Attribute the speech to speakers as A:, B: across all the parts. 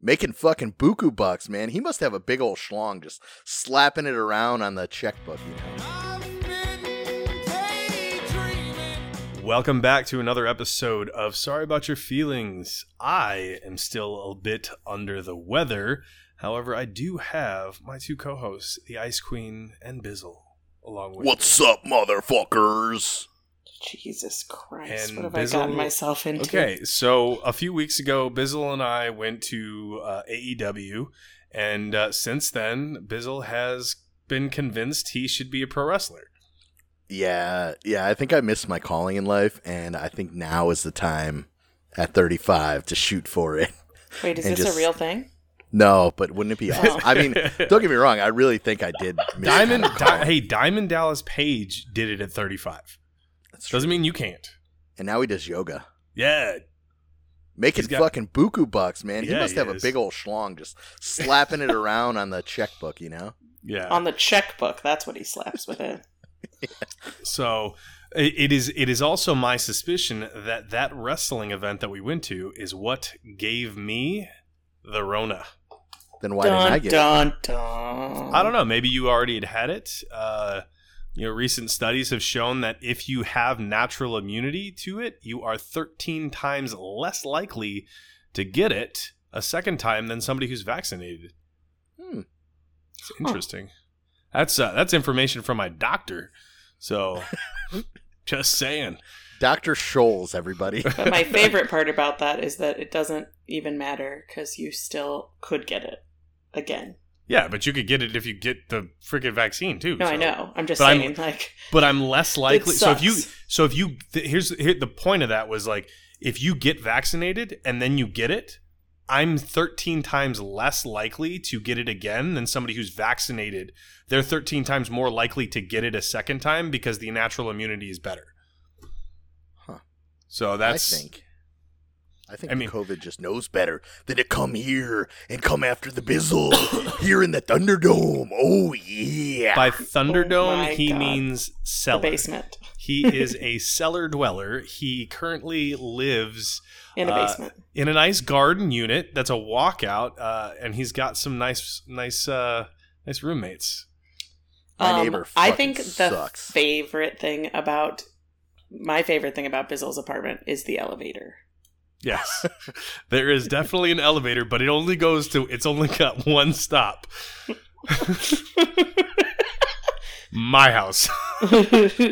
A: making fucking buku bucks, man. He must have a big old schlong just slapping it around on the checkbook, you know.
B: Welcome back to another episode of Sorry About Your Feelings. I am still a bit under the weather. However, I do have my two co hosts, the Ice Queen and Bizzle, along with
A: What's up, motherfuckers?
C: Jesus Christ,
B: And
C: what have
B: Bizzle-
C: I gotten myself into?
B: Okay, so a few weeks ago, Bizzle and I went to uh, AEW, and uh, since then, Bizzle has been convinced he should be a pro wrestler.
A: Yeah, yeah, I think I missed my calling in life, and I think now is the time at 35 to shoot for it.
C: Wait, is
A: and
C: this
A: just-
C: a real thing?
A: No, but wouldn't it be awesome? I mean, don't get me wrong, I really think I did miss
B: Diamond,
A: my calling.
B: Di- hey, Diamond Dallas Page did it at 35.
A: That's true.
B: Doesn't mean you can't.
A: And now he does yoga.
B: Yeah,
A: Making
B: He's got-
A: fucking buku bucks, man. he
B: Yeah,
A: must
B: he
A: have a
B: is.
A: big old schlong just slapping it around on the checkbook, you know?
B: yeah.
C: On the checkbook, that's what he slaps with it.
B: So it it is it is also my suspicion that that wrestling event that we went to is what gave me the Rona.
A: Then why
C: dun
A: didn't I get it?
C: dun dun.
B: I don't know. Maybe you already had had it. Uh, you know, recent studies have shown that if you have natural immunity to it, you are 13 times less likely to get it a second time than somebody who's vaccinated.
A: Hmm.
B: It's interesting. That's uh, that's information from my doctor. So, just saying.
A: Dr. Scholes, everybody.
C: But my favorite part about that is that it doesn't even matter because you still could get it again.
B: Yeah, but you could get it if you get the freaking vaccine too.
C: No, I
B: so-
C: know. I'm just
B: But I'm-
C: saying, like,
B: But I'm less likely.
C: It
B: So if you,
C: sucks.
B: so if you, th- here's here, the point of that was like, if you get vaccinated and then you get it, I'm 13 times less likely to get it again than somebody who's vaccinated. They're 13 times more likely to get it a second time because the natural immunity is better.
A: Huh.
B: So that's
A: I think. I think
B: I mean-
A: COVID just knows better than to come here and come after the Bizzle here in the Thunderdome. Oh yeah.
B: by
C: Oh
B: Thunderdome
C: my
B: he
C: God.
B: means
C: the
B: cellar.
C: basement.
B: He is a cellar dweller. He currently lives
C: In a
B: Uh,
C: basement.
B: in a nice garden unit that's a walkout, uh, and he's got some nice, nice, uh, nice roommates.
A: My neighbor
C: Um, I
A: fucking
C: think the
A: sucks.
C: favorite thing about my favorite thing about Bizzle's apartment is the elevator.
B: Yes, there is definitely an elevator, but it only goes to. It's only got one stop. My house.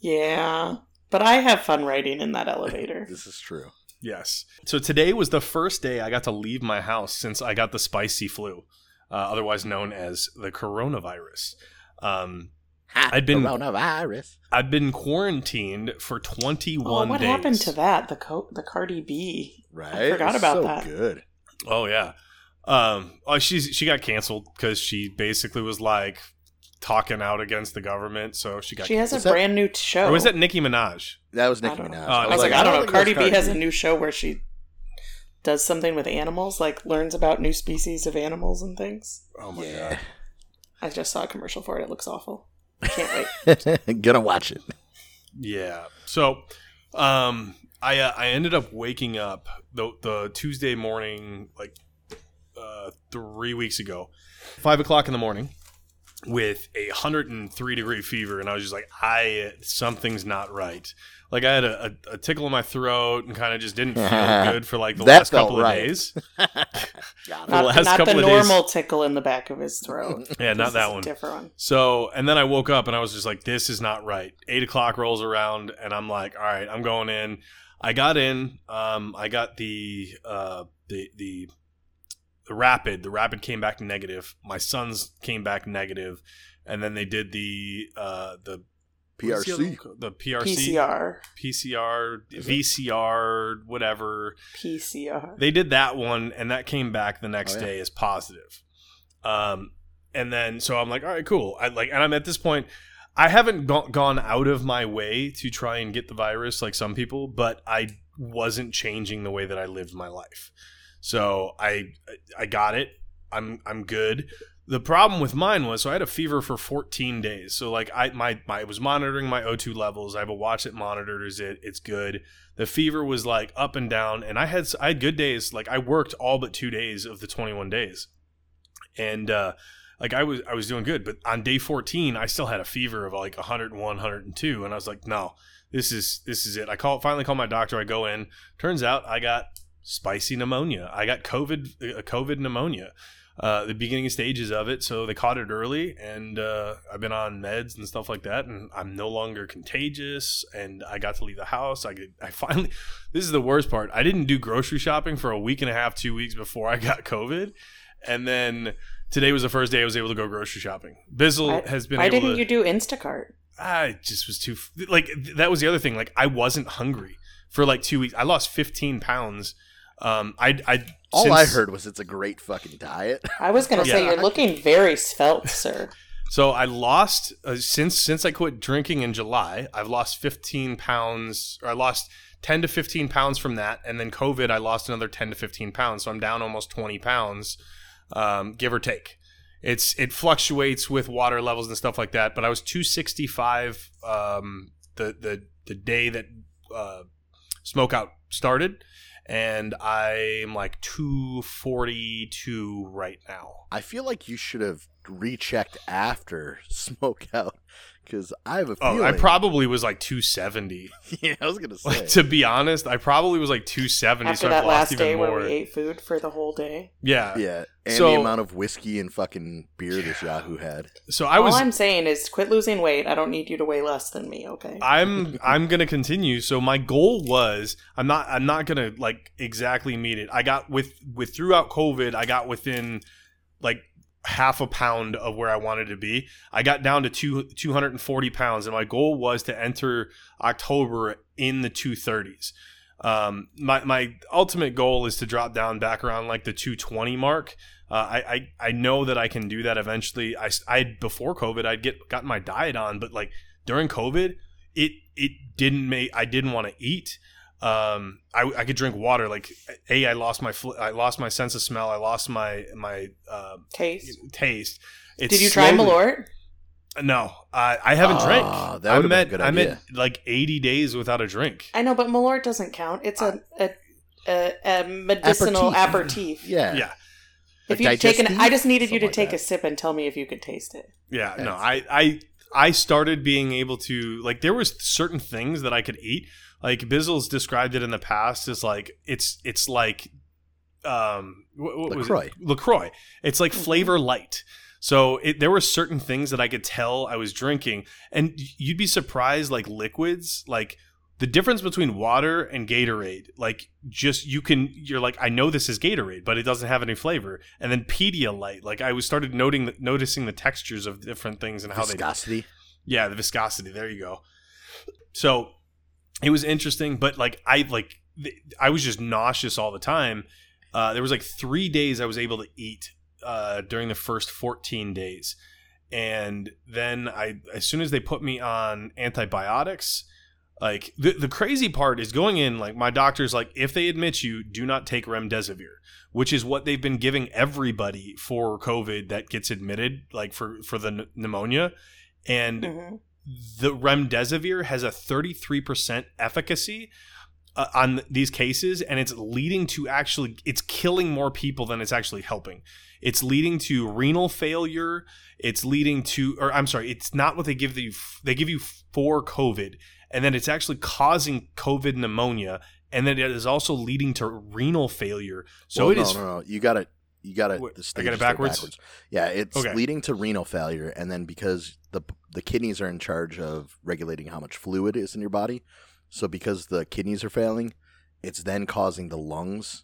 C: yeah, but I have fun riding in that elevator.
A: this is true.
B: Yes. So today was the first day I got to leave my house since I got the spicy flu, uh, otherwise known as the coronavirus. Um,
A: Ha,
B: I'd been-
A: coronavirus.
B: I've been quarantined for 21
C: Oh, what
B: days.
C: happened to that? The co- the Cardi B.
A: Right.
C: forgot
A: It's
C: about
A: so
C: that.
A: Good.
B: Oh yeah. Um, oh, she's she got canceled because she basically was like talking out against the government, so she got.
C: She has a
A: Is that-
C: brand new show.
B: or was that Nicki Minaj?
A: That was
C: I
A: Nicki
C: don't know.
A: Minaj.
B: Oh,
C: I was like, I don't know.
A: think that's
C: Cardi B has a new show where she does something with animals, like learns about new species of animals and things.
B: Oh my
A: Yeah.
C: I just saw a commercial for it. It looks awful. I can't wait.
A: Gonna watch it.
B: Yeah. So, um, I uh, I ended up waking up the the Tuesday morning, like uh, three weeks ago, five o'clock in the morning, with a hundred and three degree fever, and I was just like, I something's not right. Like I had a, a, a tickle in my throat and kind of just didn't feel good for like the
A: That
B: last couple
A: felt right.
B: of days.
A: Got it.
B: The
C: Not,
B: last
C: not the
B: couple of days-
C: normal tickle in the back of his throat.
B: Yeah,
C: This
B: not
C: is
B: that
C: a
B: one.
C: Different one.
B: So, and then I woke up and I was just like, this is not right. Eight o'clock rolls around and I'm like, all right, I'm going in. I got in. Um, I got the, uh, the, the, the rapid. The rapid came back negative. My son's came back negative, And then they did the, uh, the what's the other one
A: PRC.
B: called? the PRC,
C: PCR.
B: PCR,
A: Is it?
B: VCR, whatever.
C: PCR.
B: They did that one, and that came back the next
A: Uh-huh. Oh, yeah.
B: day as positive. Um, and then so I'm like, all right, cool. I like, and I'm at this point. I haven't go- gone out of my way to try and get the virus like some people, but I wasn't changing the way that I lived my life. So I I got it. I'm I'm good. The problem with mine was so I had a fever for 14 days. So like I my, my I was monitoring my O2 levels. I have a watch that monitors it. It's good. The fever was like up and down, and I had s- I had good days. Like I worked all but two days of the 21 days, and uh, like I was I was doing good. But on day 14, I still had a fever of like 101, 102, and I was like, no, this is this is it. I call finally call my doctor. I go in. Turns out I got spicy pneumonia. I got COVID, uh, COVID pneumonia, uh, the beginning stages of it. So they caught it early, and uh, I've been on meds and stuff like that, and I'm no longer contagious. And I got to leave the house. I could, I finally. This is the worst part. I didn't do grocery shopping for a week and a half, two weeks before I got COVID, and then. Today was the first day I was able to go grocery shopping. Bizzle has been
C: Why
B: able
C: didn't
B: to.
C: you do Instacart?
B: I just was too f- like th- that was the other thing. Like I wasn't hungry for like two weeks. I lost 15 pounds. Um, I I
A: All I
B: since-
A: heard was it's a great fucking diet.
C: I was gonna say
B: Yeah.
C: you're looking very svelte, sir.
B: So I lost uh, since since I quit drinking in July. I've lost 15 pounds, or I lost 10 to 15 pounds from that, and then COVID, I lost another 10 to 15 pounds. So I'm down almost 20 pounds, um, give or take. It's it fluctuates with water levels and stuff like that. But I was 265 um, the the the day that uh, smokeout started, and I'm like 242 right now.
A: I feel like you should have rechecked after smoke out because I have a
B: Oh,
A: feeling.
B: I probably was like 270.
A: yeah, I was gonna say.
B: Like, to be honest, I probably was like 270,
C: After
B: so I've
C: that
B: lost
C: last
B: even
C: day
B: more.
C: where we ate food for the whole day.
B: yeah.
A: yeah, and
B: So-
A: the amount of whiskey and fucking beer this Yahoo had.
B: So I was.
C: All
B: I'm,
C: Oh, I'm saying is quit losing weight. I don't need you to weigh less than me, okay?
B: I'm gonna continue. So my goal was I'm not I'm not gonna like exactly meet it. I got with with throughout COVID, I got within like half a pound of where I wanted to be. I got down to two 240 pounds, and my goal was to enter October in the 230s. Um, my my ultimate goal is to drop down back around like the 220 mark. Uh, I, I I know that I can do that eventually. I s- I before COVID I'd get gotten my diet on, but like during COVID, it it didn't make I didn't want to eat. Um, I, I could drink water. Like a I lost my fl- I lost my sense of smell. I lost my my uh,
C: Taste.
B: taste. It's
C: Did you try
B: slowly-
C: Malort?
B: No, I, I haven't
A: Ah,
B: drank.
A: that
B: I'm
A: would've been a
B: at-
A: good
B: I'm at
A: idea.
B: like 80 days without a drink.
C: I know, but Malort doesn't count. It's a a, a, a medicinal aperitif.
A: Yeah,
B: Yeah,
C: If
A: A
C: you take an,
A: digestif?
C: I just needed you to
A: Something like
C: take
A: that.
C: a sip and tell me if you could taste it.
B: yeah. No,
A: That's-
B: I I I started being able to like there was certain things that I could eat. Like Bizzle's described it in the past as like it's it's like um what, what was it?
A: LaCroix.
B: Lacroix. It's like
C: Mhm.
B: flavor light. So it, there were certain things that I could tell I was drinking, and you'd be surprised. Like liquids, like the difference between water and Gatorade. Like just you can, you're like, I know this is Gatorade, but it doesn't have any flavor. And then Pedialyte, like I was started noting noticing the textures of different things and how they
A: viscosity.
B: yeah, the viscosity. There you go. So it was interesting, but like I like th- I was just nauseous all the time. Uh, there was like three days I was able to eat uh, during the first 14 days, and then I as soon as they put me on antibiotics. Like the, the crazy part is going in like my doctor's like if they admit you do not take remdesivir which is what they've been giving everybody for covid that gets admitted like for for the n- pneumonia and
C: Mhm.
B: the remdesivir has a 33% efficacy uh, on these cases and it's leading to actually it's killing more people than it's actually helping it's leading to renal failure it's leading to or i'm sorry it's not what they give you they give you for covid and then it's actually causing covid pneumonia and then it is also leading to renal failure so
A: Well,
B: it
A: no,
B: is
A: no, no. You got it. You got it.
B: Wait, I
A: The stages
B: got it
A: go
B: backwards?
A: Yeah, it's
B: Okay.
A: leading to renal failure, and then because the the kidneys are in charge of regulating how much fluid is in your body, so because the kidneys are failing, it's then causing the lungs.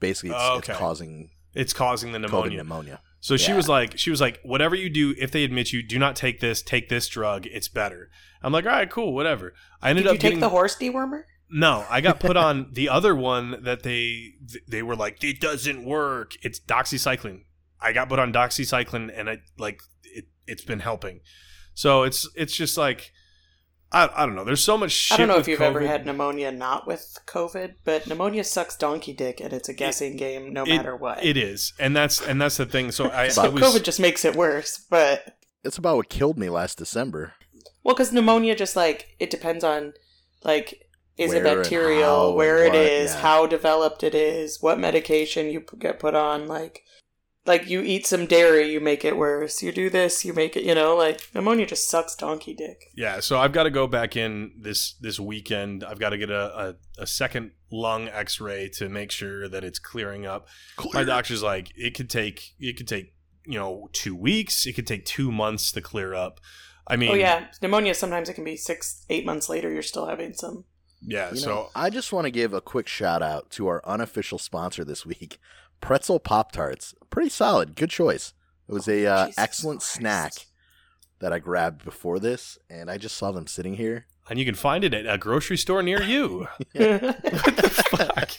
A: Basically, it's,
B: Oh,
A: it's
B: okay.
A: causing
B: it's causing the
A: COVID
B: pneumonia
A: pneumonia.
B: So she
A: Yeah.
B: was like, she was like, whatever you do, if they admit you, do not take this. Take this drug; it's better. I'm like, all right, cool, whatever. I ended
C: Did you
B: up
C: take
B: getting
C: the horse dewormer?
B: no. I got put on the other one that they they were like, it doesn't work. It's doxycycline. I got put on doxycycline, and I like it. It's been helping. So it's it's just like I, I don't know. There's so much shit.
C: I don't know
B: with
C: if you've
B: COVID.
C: ever had pneumonia not with COVID, but pneumonia sucks donkey dick, and it's a guessing game no
B: it-
C: matter what.
B: It is, and that's and that's the thing. So I,
C: so
B: I was,
C: COVID just makes it worse, but
A: It's about what killed me last December.
C: Well, because pneumonia just like it depends on like is it
A: Where and
C: bacterial,
A: how and
C: where
A: what,
C: it is,
A: yeah.
C: how developed it is, what medication you p- get put on, like like you eat some dairy, you make it worse. You do this, you make it. You know, like pneumonia just sucks donkey dick.
B: yeah. So I've got to go back in this this weekend. I've got to get a, a, a second lung X-ray to make sure that it's clearing up. My doctor's like, it could take it could take you know two weeks. It could take two months to clear up. I mean,
C: oh yeah, pneumonia. Sometimes it can be six, eight months later. You're still having some.
B: yeah,
A: You know,
B: so
A: I just want to give a quick shout out to our unofficial sponsor this week, Pretzel Pop Tarts. Pretty solid, good choice. It was a uh,
C: Jesus
A: excellent
C: Christ.
A: snack that I grabbed before this, and I just saw them sitting here.
B: and you can find it at a grocery store near you.
C: Good
B: Fuck.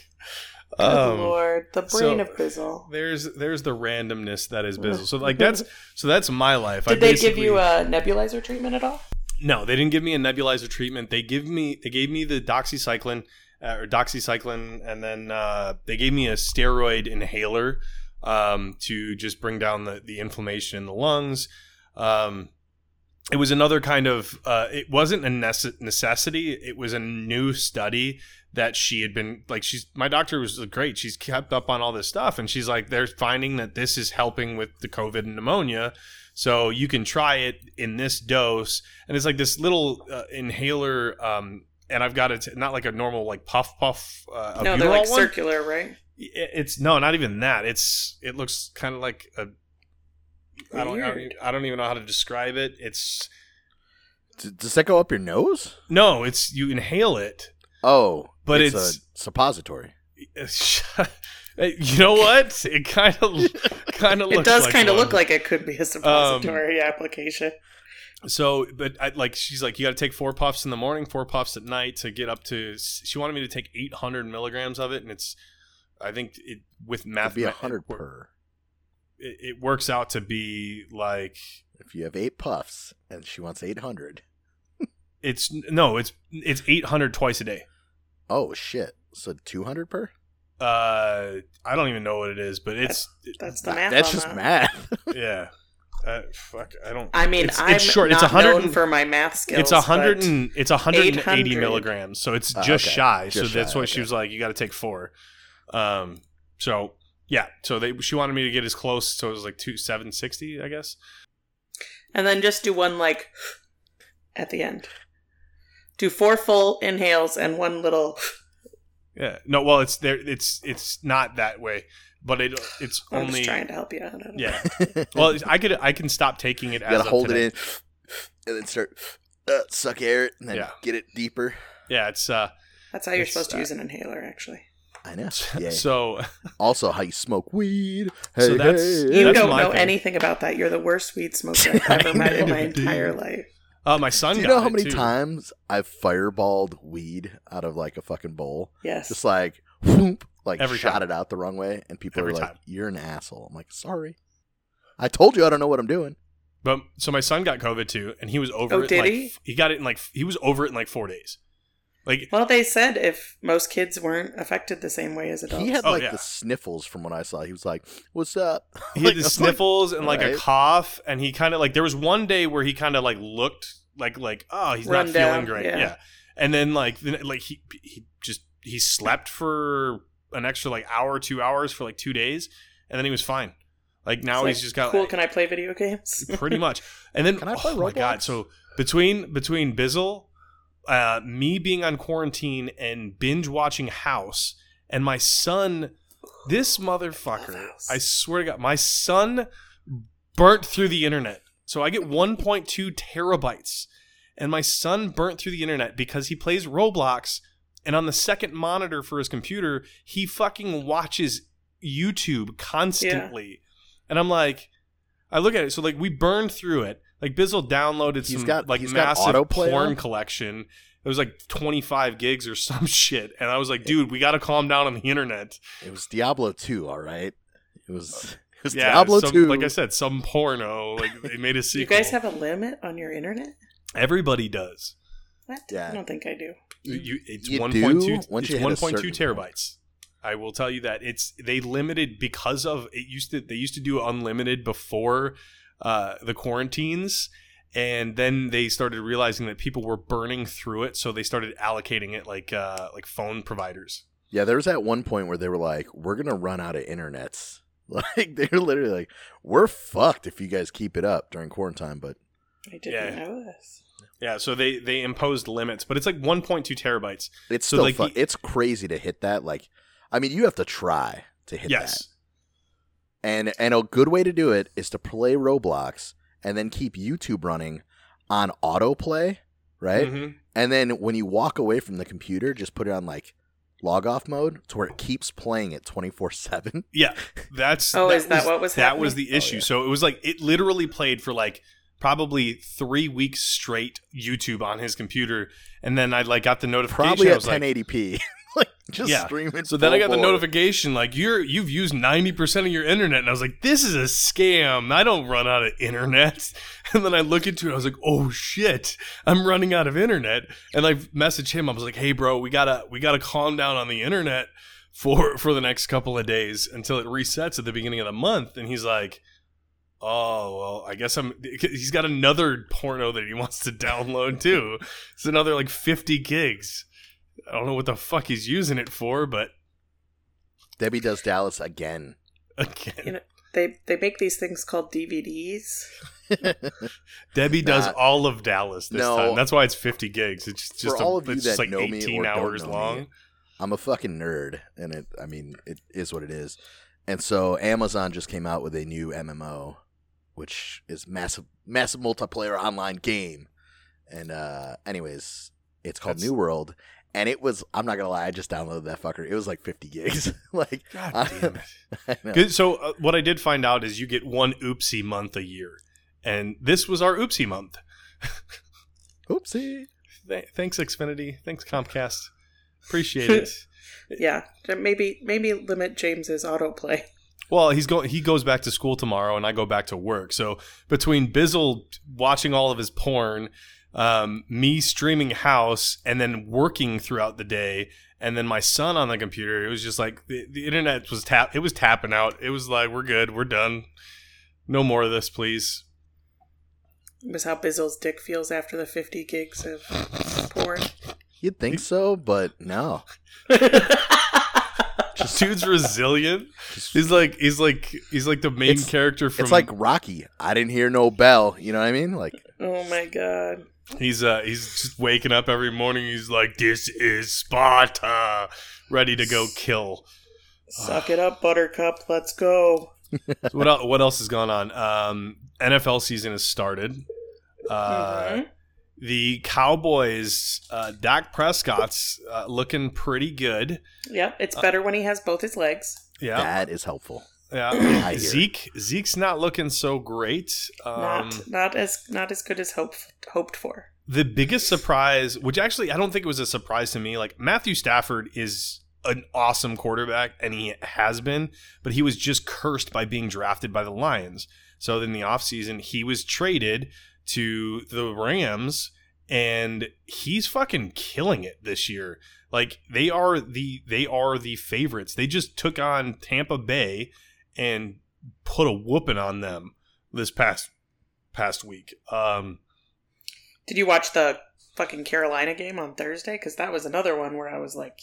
A: Oh,
C: Lord, the
B: Um, so-
C: brain of Bizzle.
B: There's there's the randomness that is Bizzle. So like that's so that's my life. I
C: Did they give
B: basically-
C: you a nebulizer treatment at all?
B: No, they didn't give me a nebulizer treatment. They give me they gave me the doxycycline uh, or doxycycline, and then uh, they gave me a steroid inhaler um, to just bring down the the inflammation in the lungs. Um, it was another kind of uh, it wasn't a nece- necessity. It was a new study that she had been like she's my doctor was uh, great. She's kept up on all this stuff, and she's like they're finding that this is helping with the COVID and pneumonia. So you can try it in this dose and it's like this little uh, inhaler um and i've got it not like a normal like puff puff uh,
C: no,
B: albuterol
C: they're like
B: one.
C: circular, right?
B: It- it's no not even that it's it looks kind of like a I don't, I don't
C: Weird.
B: I don't even know how to describe it it's
A: D- does that go up your nose?
B: no it's you inhale it
A: Oh,
B: But
A: a
B: it's-
A: suppository.
B: you know what it kind of kind of
C: It does kind of look like it could be a
B: suppository
C: suppository application.
B: So, but I, like she's like, you got to take four puffs in the morning, four puffs at night to get up to. She wanted me to take 800 milligrams of it, and it's, I think it with
A: That'd
B: math,
A: be a
B: it-
A: hundred
B: It,
A: per.
B: it works out to be like
A: If you have eight puffs and she wants eight hundred.
B: it's no, it's it's 800 twice a day.
A: Oh shit! So two hundred per.
B: Uh, I don't even know what it is, but it's
C: That's the
A: Nah,
C: math.
A: That's
C: on
A: just
C: that.
A: math.
B: yeah. Uh, fuck, I don't.
C: I mean,
B: It's- it's
C: I'm
B: short. It's
C: not
B: 100
C: known for my math skills.
B: it's a hundred
C: but
B: and it's a hundred and eighty
C: 800.
B: milligrams, so it's
A: Ah,
B: just
A: okay.
B: shy. so
A: Just
B: that's
A: shy,
B: why she
A: okay.
B: was like, "You got to take four. Um, so yeah, so they she wanted me to get as close, so it was like two seven sixty, I guess.
C: and then just do one like at the end. Do four full inhales and one little.
B: Yeah, no, well, it's there, it's it's not that way, but it it's
C: I'm
B: only
C: just trying to help you out. I don't know.
B: yeah. Well, it's- I could I can stop taking it.
A: you
B: as
A: gotta
B: of
A: hold
B: today.
A: it in, and then start uh, suck air it, and then
B: Yeah.
A: get it deeper.
B: Yeah, it's uh.
C: that's how you're
B: It's,
C: supposed to
B: uh,
C: use an inhaler, actually.
A: I know. Yeah.
B: So
A: also, how you smoke weed.
B: So
A: Hey,
B: that's-
A: hey.
B: Yeah,
C: You
B: that's
C: don't
B: my
C: know
B: thing.
C: anything about that. You're the worst weed smoker
A: I
C: I've ever met in
A: know,
C: my
A: dude.
C: entire life.
B: uh, my son.
A: Do you
B: got
A: know how
B: it,
A: many
B: too.
A: times I've fireballed weed out of like a fucking bowl?
C: Yes.
A: Just like, whoop, like
B: Every
A: shot
B: time.
A: it out the wrong way, and people
B: Every
A: are like,
B: time.
A: "You're an asshole." I'm like, "Sorry, I told you I don't know what I'm doing."
B: But so my son got COVID too, and he was over.
C: Oh,
B: it in,
C: did
B: like,
C: he?
B: He got it in like he was over it in like four days. Like
C: well, they said if most kids weren't affected the same way as adults.
A: He had
B: Oh,
A: like
B: yeah.
A: the sniffles from what I saw. He was like, "What's up?"
B: he
A: Like,
B: had the
A: I was like,
B: sniffles and like a
A: alright.
B: cough and he kind of like there was one day where he kind of like looked like like oh he's
C: Run
B: not feeling
C: down,
B: great yeah.
C: yeah.
B: and then like then, like he he just he slept for an extra like hour two hours for like two days and then he was fine like now he's
C: It's like,
B: just got
C: cool.
B: like,
C: can I play video games?
B: pretty much and then
A: Can I play
B: oh my
A: Roblox?
B: god so between between Bizzle uh me being on quarantine and binge watching House and my son this motherfucker,
C: House.
B: I swear to God, my son burnt through the internet. So I get 1.2 terabytes, and my son burnt through the internet because he plays Roblox, and on the second monitor for his computer, he fucking watches YouTube constantly. And I'm like, I look at it. So like we burned through it. Like Bizzle downloaded
A: He's
B: some
A: got-
B: like
A: he's got
B: massive
A: autoplay
B: porn
A: on?
B: collection. It was like 25 gigs or some shit. And I was like, dude, we got to calm down on the internet.
A: It was Diablo 2, all right. It was it was
B: Uh, Yeah,
A: Diablo
B: some-
A: 2.
B: Like I said, some porno. Like they made a sequel.
C: You guys have a limit on your internet?
B: everybody does.
C: What?
A: Yeah.
C: I don't think I do.
B: You, you- it's
A: You
B: one
A: do
B: point two.
A: once you hit
B: it's
A: a
B: one point two
A: certain
B: terabytes. I will tell you that it's they limited because of it used to they used to do unlimited before uh, the quarantines, and then they started realizing that people were burning through it, so they started allocating it like uh, like phone providers.
A: Yeah, there was at one point where they were like, "We're gonna run out of internets." Like they're literally like, "We're fucked if you guys keep it up during quarantine." But
C: I didn't
B: Yeah.
C: know this.
B: Yeah, so they they imposed limits, but it's like one point two terabytes.
A: it's
B: So,
A: still
B: like,
A: fu-
B: the-
A: it's crazy to hit that. Like, I mean, you have to try to hit
B: yes.
A: that. And and a good way to do it is to play Roblox and then keep YouTube running on autoplay, right?
B: Mhm.
A: And then when you walk away from the computer, just put it on like log off mode to where it keeps playing it 24/7.
B: Yeah, that's
C: Oh,
B: is
C: is that what was
B: that was
C: happening? Oh,
B: the issue.
A: yeah.
B: So it was like it literally played for like probably three weeks straight YouTube on his computer, and then I like got the notification.
A: Probably
B: I
A: at
B: was like,
A: 1080p. like just
B: Yeah.
A: streaming.
B: so then I got the
A: notification.
B: notification like you're you've used ninety percent of your internet, and I was like, this is a scam. I don't run out of internet. And then I look into it, I was like, oh shit, I'm running out of internet. And I messaged him. I was like, hey bro, we gotta we gotta calm down on the internet for for the next couple of days until it resets at the beginning of the month. And he's like. Oh well, I guess I'm. He's got another porno that he wants to download too. It's another like 50 gigs. I don't know what the fuck he's using it for, but
A: Debbie does Dallas again.
B: again,
C: You know, they they make these things called DVDs.
B: Debbie does
A: Nah.
B: all of Dallas this
A: No.
B: time. That's why it's 50 gigs. It's just,
A: For
B: just a-
A: all of you
B: it's just
A: that
B: like
A: know me
B: 18
A: or don't
B: hours
A: know me,
B: long.
A: I'm a fucking nerd, and it. I mean, it is what it is. And so Amazon just came out with a new MMO, which is massive, massive multiplayer online game. And uh anyways, it's called
B: That's-
A: New World, and it was. I'm not gonna lie, I just downloaded that fucker. It was like 50 gigs. like,
B: God
A: I-
B: damn it.
A: I know.
B: Good, So uh, what I did find out is you get one oopsie month a year. And this was our oopsie month.
A: oopsie.
B: Th- thanks, Xfinity. Thanks, Comcast. Appreciate it.
C: Yeah, maybe maybe limit James's autoplay.
B: Well, he's going. He goes back to school tomorrow, and I go back to work. So between Bizzle watching all of his porn, um, me streaming House, and then working throughout the day, and then my son on the computer, it was just like the, the internet was tap. It was tapping out. It was like we're good. We're done. No more of this, please.
C: It was how Bizzle's dick feels after the 50 gigs of porn.
A: You'd think so, but no.
B: This dude's resilient.
A: Just-
B: He's like he's like he's like the main
A: It's-
B: character from.
A: it's like Rocky. I didn't hear no bell. You know what I mean? Like,
C: oh my god.
B: He's uh he's just waking up every morning. He's like, "This is Sparta," ready to go kill.
C: Suck it up, Buttercup. Let's go.
B: So what else, what else has gone on? Um, NFL season has started. Uh,
A: Mm-hmm.
C: Mhm.
B: The Cowboys, uh, Dak Prescott's uh, looking pretty good.
C: Yep,
B: uh,
C: it's better when he has both his legs.
B: Yeah,
A: that is helpful. I
B: yeah.
A: hear.
B: Zeke Zeke's not looking so great. Um,
C: not not as not as good as hope, hoped for.
B: The biggest surprise, which actually I don't think it was a surprise to me, like Matthew Stafford is an awesome quarterback and he has been, but he was just cursed by being drafted by the Lions. So in the offseason, he was traded to the Rams and he's fucking killing it this year. Like they are the they are the favorites. They just took on Tampa Bay and put a whooping on them this past past week. Um
C: Did you watch the fucking Carolina game on Thursday? Because that was another one where I was like,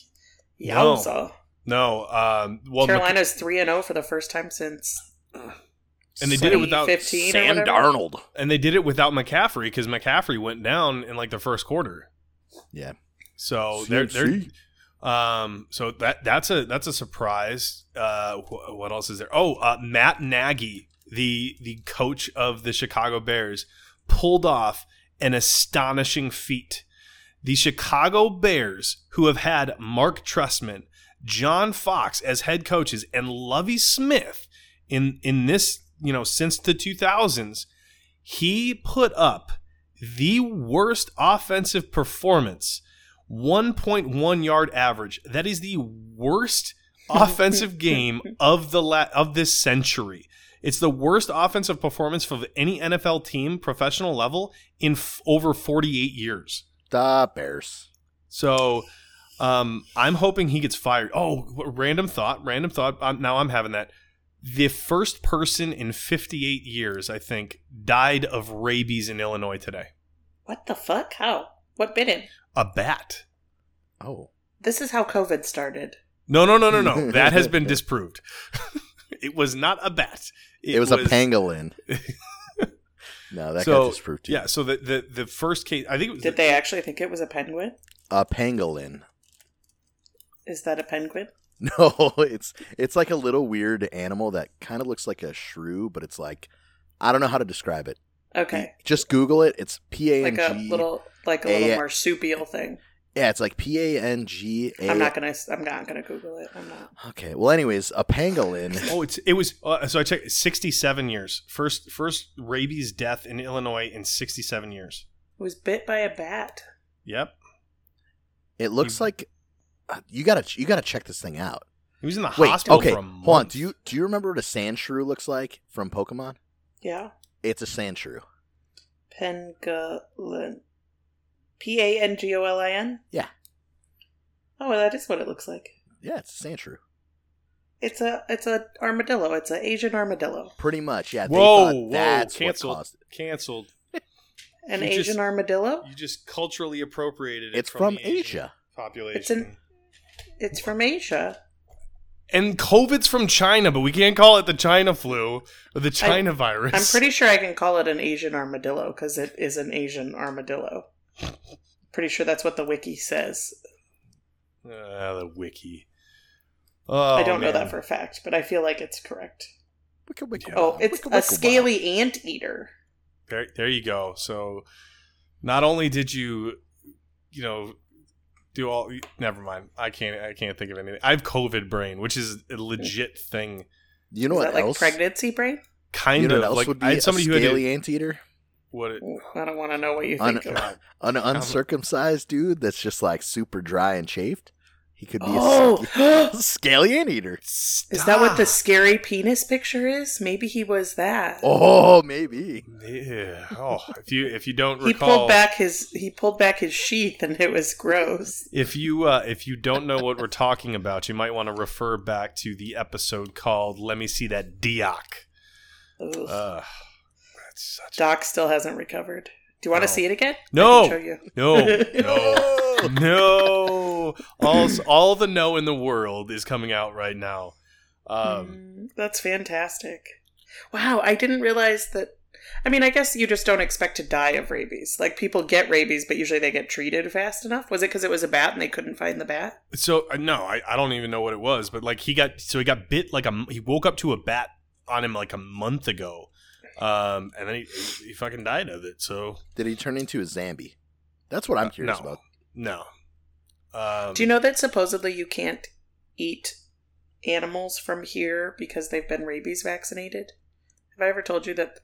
B: No.
C: "Yowza!"
B: No, um, well,
C: Carolina's three and zero for the first time since
B: And they did it without
C: 2015 or
A: Sam
C: whatever.
A: Darnold.
B: Mc- and they did it without McCaffrey because McCaffrey went down in like the first quarter.
A: Yeah.
B: So Oh, they're they're um so that that's a that's a surprise. Uh, wh- what else is there? Oh, uh, Matt Nagy, the the coach of the Chicago Bears, pulled off an astonishing feat. The Chicago Bears, who have had Mark Trestman, John Fox as head coaches, and Lovey Smith in in this you know since the 2000s, he put up the worst offensive performance, 1.1 yard average. That is the worst offensive game of the la- of this century. It's the worst offensive performance of any NFL team professional level in f- over 48 years.
A: The Bears.
B: So um, I'm hoping he gets fired. Oh, w- random thought, random thought. Um, now I'm having that. The first person in 58 years, I think, died of rabies in Illinois today.
C: What the fuck? How? What bit him?
B: A bat.
A: Oh,
C: This is how COVID started.
B: No, no, no, no, no. That has been disproved. it was not a bat.
A: it, was, a pangolin. no, that
B: So,
A: got disproved too.
B: Yeah. So the, the the first case, I think it was
C: Did they actually think it was a penguin?
A: A pangolin.
C: Is that a penguin?
A: No, it's it's like a little weird animal that kind of looks like a shrew, but it's like I don't know how to describe it.
C: Okay.
A: Just Google it. It's P A N
C: Like
A: G.
C: a little like a little
A: A-
C: marsupial thing.
A: Yeah, it's like P A N G A.
C: I'm not gonna I'm not gonna Google it. I'm not.
A: Okay. Well, anyways, a pangolin.
B: Oh, it's it was. Uh, so I checked. Sixty-seven years. First, first rabies death in Illinois in sixty-seven years.
C: It was bit by a bat.
B: Yep.
A: It looks like uh, you gotta you gotta check this thing out.
B: He was in the
A: Wait.
B: hospital.
A: okay.
B: for a
A: Hold on.
B: month.
A: Do you do you remember what a sand shrew looks like from Pokemon?
C: Yeah.
A: It's a sand shrew.
C: Pangolin. P A N G O L I N?
A: Yeah.
C: Oh well, that is what it looks like.
A: Yeah, it's a sand shrew.
C: It's a it's a armadillo. It's an Asian armadillo.
A: Pretty much. Yeah. They
B: Whoa!
A: thought
B: Whoa!
A: That's
B: canceled.
A: what caused it.
B: Canceled.
C: An
B: You
C: Asian
B: just-
C: armadillo?
B: You just culturally appropriated it.
A: It's from
B: the Asian
A: Asia.
B: population.
C: It's an- It's from Asia.
B: and COVID's from China, but we can't call it the China flu or the China virus.
C: I'm pretty sure I can call it an Asian armadillo because it is an Asian armadillo. pretty sure that's what the wiki says.
B: Ah, the wiki. Oh,
C: I don't know
B: man.
C: that for a fact, but I feel like it's correct.
A: Wicca, wicca,
C: Oh,
A: wah,
C: it's
A: wicca,
C: a
A: wicca, wah.
C: scaly anteater.
B: There, there you go. So, not only did you, you know, do all. Never mind. I can't. I can't think of anything. I have COVID brain, which is a legit thing.
A: You know
C: is
A: what
C: that like
A: else?
C: pregnancy brain?
B: Kind
A: You know
B: of
A: what else
B: like
A: would be
B: I had somebody
A: a
B: who had
A: scaly
B: it-
A: anteater?
B: what it,
C: I don't want to know what you
A: Un-
C: think. of it.
A: An uncircumcised dude that's just like super dry and chafed. He could be
C: Oh,
A: a scaly, scaly anteater.
C: is that what the scary penis picture is? Maybe he was that.
A: Oh, maybe.
B: Yeah. Oh, if you if you don't
C: he
B: recall,
C: pulled back his he pulled back his sheath, and it was gross.
B: if you uh, if you don't know what we're talking about, you might want to refer back to the episode called "Let Me See That Dioc."
C: Ugh.
B: Uh, that's such
C: Doc still hasn't recovered. Do you want to
B: No.
C: see it again? I
B: No.
C: can show you.
B: no no. no, all all the no in the world is coming out right now. Um,
C: Mm, that's fantastic. Wow, I didn't realize that. I mean, I guess you just don't expect to die of rabies. Like people get rabies, but usually they get treated fast enough. Was it because it was a bat and they couldn't find the bat?
B: so uh, no, I, I don't even know what it was, but like he got so he got bit like a m- he woke up to a bat on him like a month ago, um, and then he, he fucking died of it. So
A: Did he turn into a zombie? That's what I'm curious
B: Uh, no.
A: about.
B: no. Um,
C: Do you know that supposedly you can't eat animals from here because they've been rabies vaccinated? Have I ever told you that?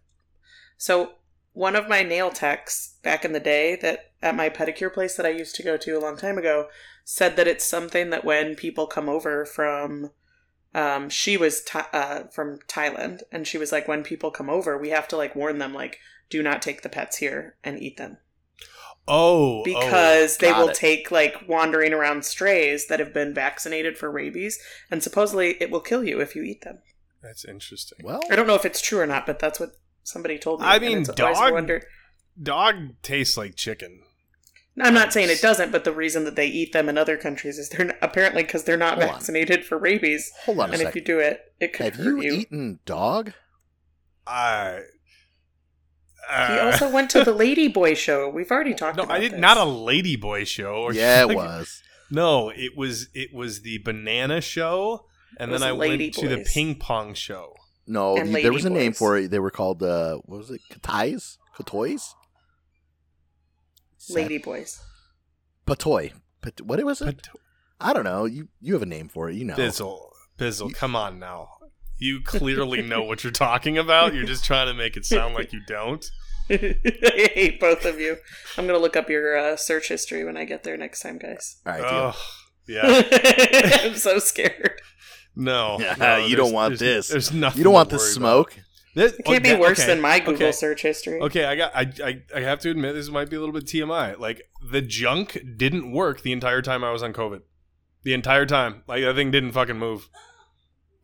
C: So, one of my nail techs back in the day that at my pedicure place that I used to go to a long time ago said that it's something that when people come over from um she was Tha- uh from Thailand and she was like when people come over we have to like warn them like do not take the pets here and eat them
B: Oh, oh.
C: because they
A: got
C: will
A: it.
C: take like wandering around strays that have been vaccinated for rabies and supposedly it will kill you if you eat them
B: that's interesting.
A: Well,
C: i don't know if it's true or not but that's what somebody told me
B: I
C: and
B: mean,
C: it's always
B: dog-
C: wonder-
B: Dog tastes like chicken.
C: No, i'm not saying it doesn't but the reason that they eat them in other countries is they're not, apparently because they're not
A: Hold on.
C: vaccinated for rabies
A: hold on a
C: and if you
A: second.
C: do it it could
A: Have you
C: hurt you,
A: eaten dog?
B: I.
C: he
B: uh,
C: also went to the lady boy show we've already talked
B: no,
C: about
B: I did
C: this.
B: not a ladyboy show. Or
A: Yeah, it
B: like,
A: was.
B: No, it was it was the banana show, and
C: It
B: then
C: was
B: I went
C: Lady
B: to the
C: Boys.
B: ping pong show.
A: No,
C: And
A: the- there was a
C: lady
A: name
C: boys.
A: for it. They were called uh, what was it? Katais, Katoys,
C: lady boys
A: Patoy. Pat- what was it?
B: Pat-
A: I don't know. You you have a name for it. You know.
B: Bizzle, Bizzle, come on now. You clearly know what you're talking about. You're just trying to make it sound like you don't.
C: I hate both of you. I'm gonna look up your uh, search history when I get there next time, guys.
A: All right, deal.
B: Ugh, yeah,
C: I'm so scared.
B: no,
A: Yeah,
B: no,
A: you
B: there's-
A: don't want this.
B: there's- There's nothing.
A: You don't want
B: to
A: the
B: worry about.
A: smoke.
B: This,
C: It can't be worse than my Google search history.
B: Oh, Okay, I got. I, I I have to admit this might be a little bit TMI. Like the junk didn't work the entire time I was on COVID. The entire time, like that thing didn't fucking move.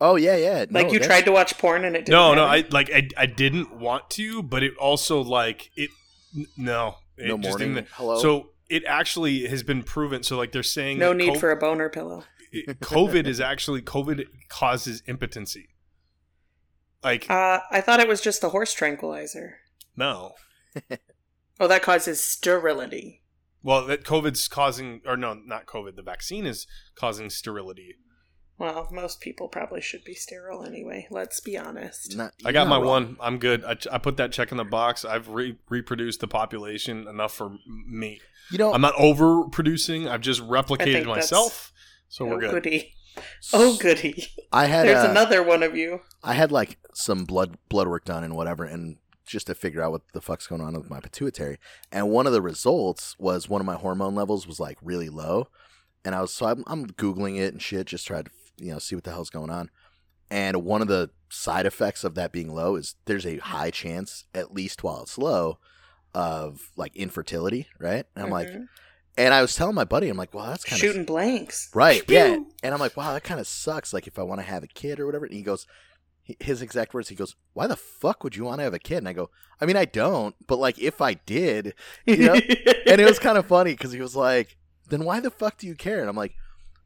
A: Oh yeah, yeah.
C: Like
A: No,
C: you
A: that's-
C: tried to watch porn and it didn't.
B: no, no,
C: happen?
B: I like I, I didn't want to, but it also like it. n- No, it
A: No
B: just
A: morning.
B: didn't-
A: Hello.
B: So it actually has been proven. So like they're saying
C: no
B: that
C: need
B: co-
C: for a boner pillow.
B: it- COVID is actually COVID causes impotency. Like
C: Uh, I thought it was just the horse tranquilizer.
B: no,
C: Oh, that causes sterility.
B: well that COVID's causing or no, not COVID. The vaccine is causing sterility.
C: Well, most people probably should be sterile anyway. Let's be honest.
A: Not-
B: I got
A: you're
B: my
A: not wrong.
B: one. I'm good. I, ch- I put that check in the box. I've re- reproduced the population enough for m- me.
A: You know,
B: I'm not overproducing. I've just
C: I
B: replicated
C: think that's-
B: myself, so
C: oh
B: we're good.
C: goody! Oh goody!
A: I had
C: There's
A: uh,
C: another one of you.
A: I had like some blood blood work done and whatever, and just to figure out what the fuck's going on with my pituitary. And one of the results was one of my hormone levels was like really low, and I was so I'm, I'm googling it and shit, just tried to you know see what the hell's going on. And one of the side effects of that being low is there's a high chance, at least while it's low, of like infertility, right? And I'm like,
C: Mhm.
A: and I was telling my buddy, I'm like, well, that's kind of
C: shooting blanks.
A: Right.
C: Pew!
A: Yeah. And I'm like, wow, that kind of sucks. Like, if I want to have a kid or whatever. And he goes, hi- his exact words, he goes, why the fuck would you want to have a kid? And I go, I mean, I don't, but like, if I did, you know? and it was kind of funny because he was like, then why the fuck do you care? And I'm like,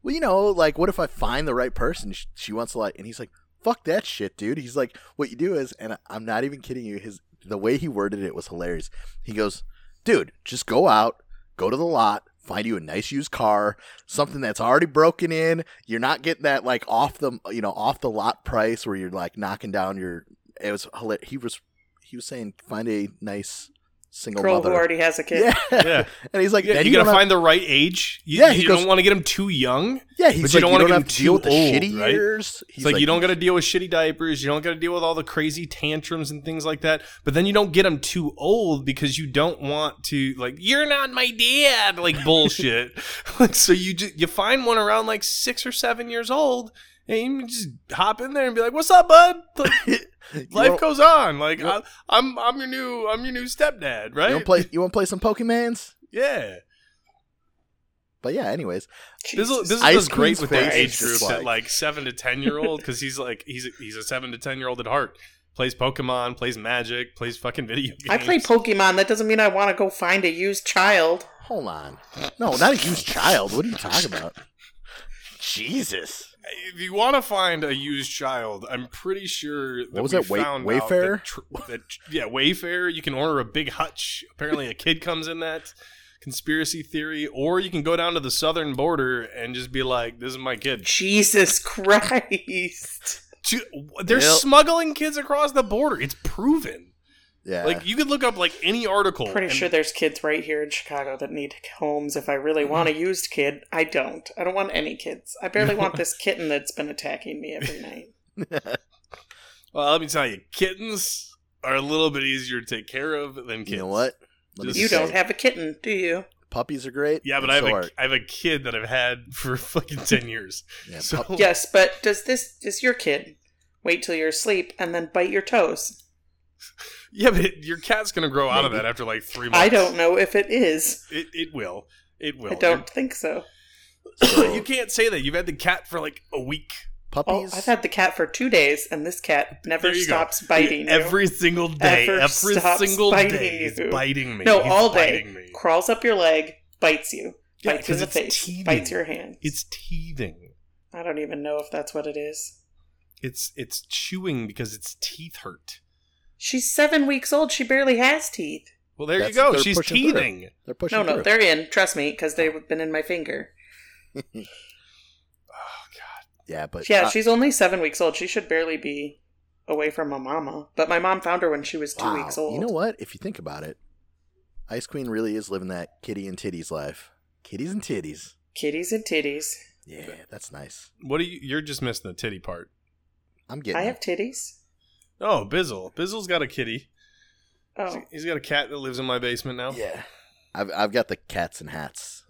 A: well, you know, like, what if I find the right person? She, she wants to like, and he's like, fuck that shit, dude. He's like, what you do is, and I- I'm not even kidding you, his, the way he worded it was hilarious. He goes, dude, just go out, go to the lot, find you a nice used car, something that's already broken in. You're not getting that like off the, you know, off the lot price where you're like knocking down your, it was hilarious. He was, he was saying, find a nice single
C: Girl
A: mother.
C: who already has a kid.
A: Yeah.
B: Yeah.
A: And he's like,
B: Yeah,
A: then
B: you
A: you
B: gotta
A: don't have-
B: find the right age. You,
A: Yeah,
B: you
A: he goes-
B: don't want to get them too young.
A: yeah, he's like,
B: but you
A: you
B: don't
A: don't,
B: wanna get
A: have
B: him
A: to deal with
B: too
A: the
B: old,
A: shitty
B: right?
A: years.
B: It's like, you don't got to deal with shitty diapers. You don't got to deal with all the crazy tantrums and things like that. But then you don't get them too old because you don't want to like you're not my dad like bullshit. like so you just you find one around like six or seven years old and you just hop in there and be like, "What's up, bud? Like,
A: You
B: life
A: wanna-
B: goes on. Like
A: you
B: I, I'm I'm your new I'm your new stepdad,
A: You
B: right?
A: want play? You want to play some Pokemans?
B: yeah.
A: But yeah, anyways,
B: This is,
C: Jesus.
B: this
A: Ice
B: is great
A: Queen's
B: with the
A: face
B: age
A: is
B: group
A: just
B: at
A: like-
B: like seven to ten year old because he's like he's a, he's a seven to ten year old at heart. Plays Pokemon, plays Magic, plays fucking video games.
C: I play Pokemon. That doesn't mean I want to go find a used child.
A: hold on. No, not a used child. What are you talking about? Jesus.
B: If you want to find a used child, I'm pretty sure that
A: What was
B: we
A: that, Way-
B: found out
A: Wayfair?
B: That tr- that, yeah, Wayfair. You can order a big hutch. Apparently, a kid comes in that conspiracy theory, or you can go down to the southern border and just be like, "This is my kid."
C: Jesus Christ.
B: Ju- They're
A: Yep.
B: smuggling kids across the border. It's proven.
A: Yeah.
B: Like you could look up like any article.
C: Pretty
B: Oh, and
C: sure there's kids right here in Chicago that need homes. If I really
B: Mm-hmm.
C: want a used kid, I don't. I don't want any kids. I barely want this kitten that's been attacking me every night.
B: Well, let me tell you, kittens are a little bit easier to take care of than kids.
A: you know what? Let me
B: Just-
C: You
A: say,
C: don't have a kitten, do you?
A: puppies are great.
B: Yeah, but
A: and
B: I have,
A: so
B: a,
A: are-
B: I have a kid that I've had for fucking 10 years.
A: yeah,
B: so,
A: pup-
C: Yes, but does this does your kid wait till you're asleep and then bite your toes?
B: yeah, but it, your cat's going to grow out of
A: Maybe.
B: that after like three months.
C: I don't know if it is.
B: It, it will. It will.
C: I don't think so.
A: so
B: you can't say that. You've had the cat for like a week.
A: puppies.
C: Oh, I've had the cat for two days, and this cat never
B: There you go.
C: stops biting. you.
B: Every single day.
C: Ever
B: every
C: stops
B: single
C: biting
B: day.
C: you.
B: He's biting me.
C: No,
B: He's
C: all day.
B: biting me.
C: Crawls up your leg, bites you,
B: Yeah,
C: bites you
B: 'cause
C: in the
B: it's
C: face,
B: teething.
C: bites your hand.
B: It's teething.
C: I don't even know if that's what it is.
B: It's it's chewing because its teeth hurt.
C: She's seven weeks old. She barely has teeth.
B: Well, there
A: That's
B: you
A: what
B: go.
A: they're
B: She's
A: pushing through.
B: teething.
A: They're pushing.
C: No, no,
A: through.
C: they're in. Trust me, because they've been in my finger.
B: Oh god.
A: Yeah, but
C: yeah,
A: uh,
C: she's only seven weeks old. She should barely be away from my mama. But my mom found her when she was two
A: wow.
C: weeks old.
A: You know what? If you think about it, Ice Queen really is living that kitty and titties life. Kitties and titties.
C: Kitties and titties.
A: Yeah, that's nice.
B: What are you? You're just missing the titty part.
A: I'm getting.
C: I
A: there.
C: have titties.
B: Oh, Bizzle. Bizzle's got a kitty.
C: Oh,
B: He's got a cat that lives in my basement now.
A: Yeah, I've I've got the cats and hats.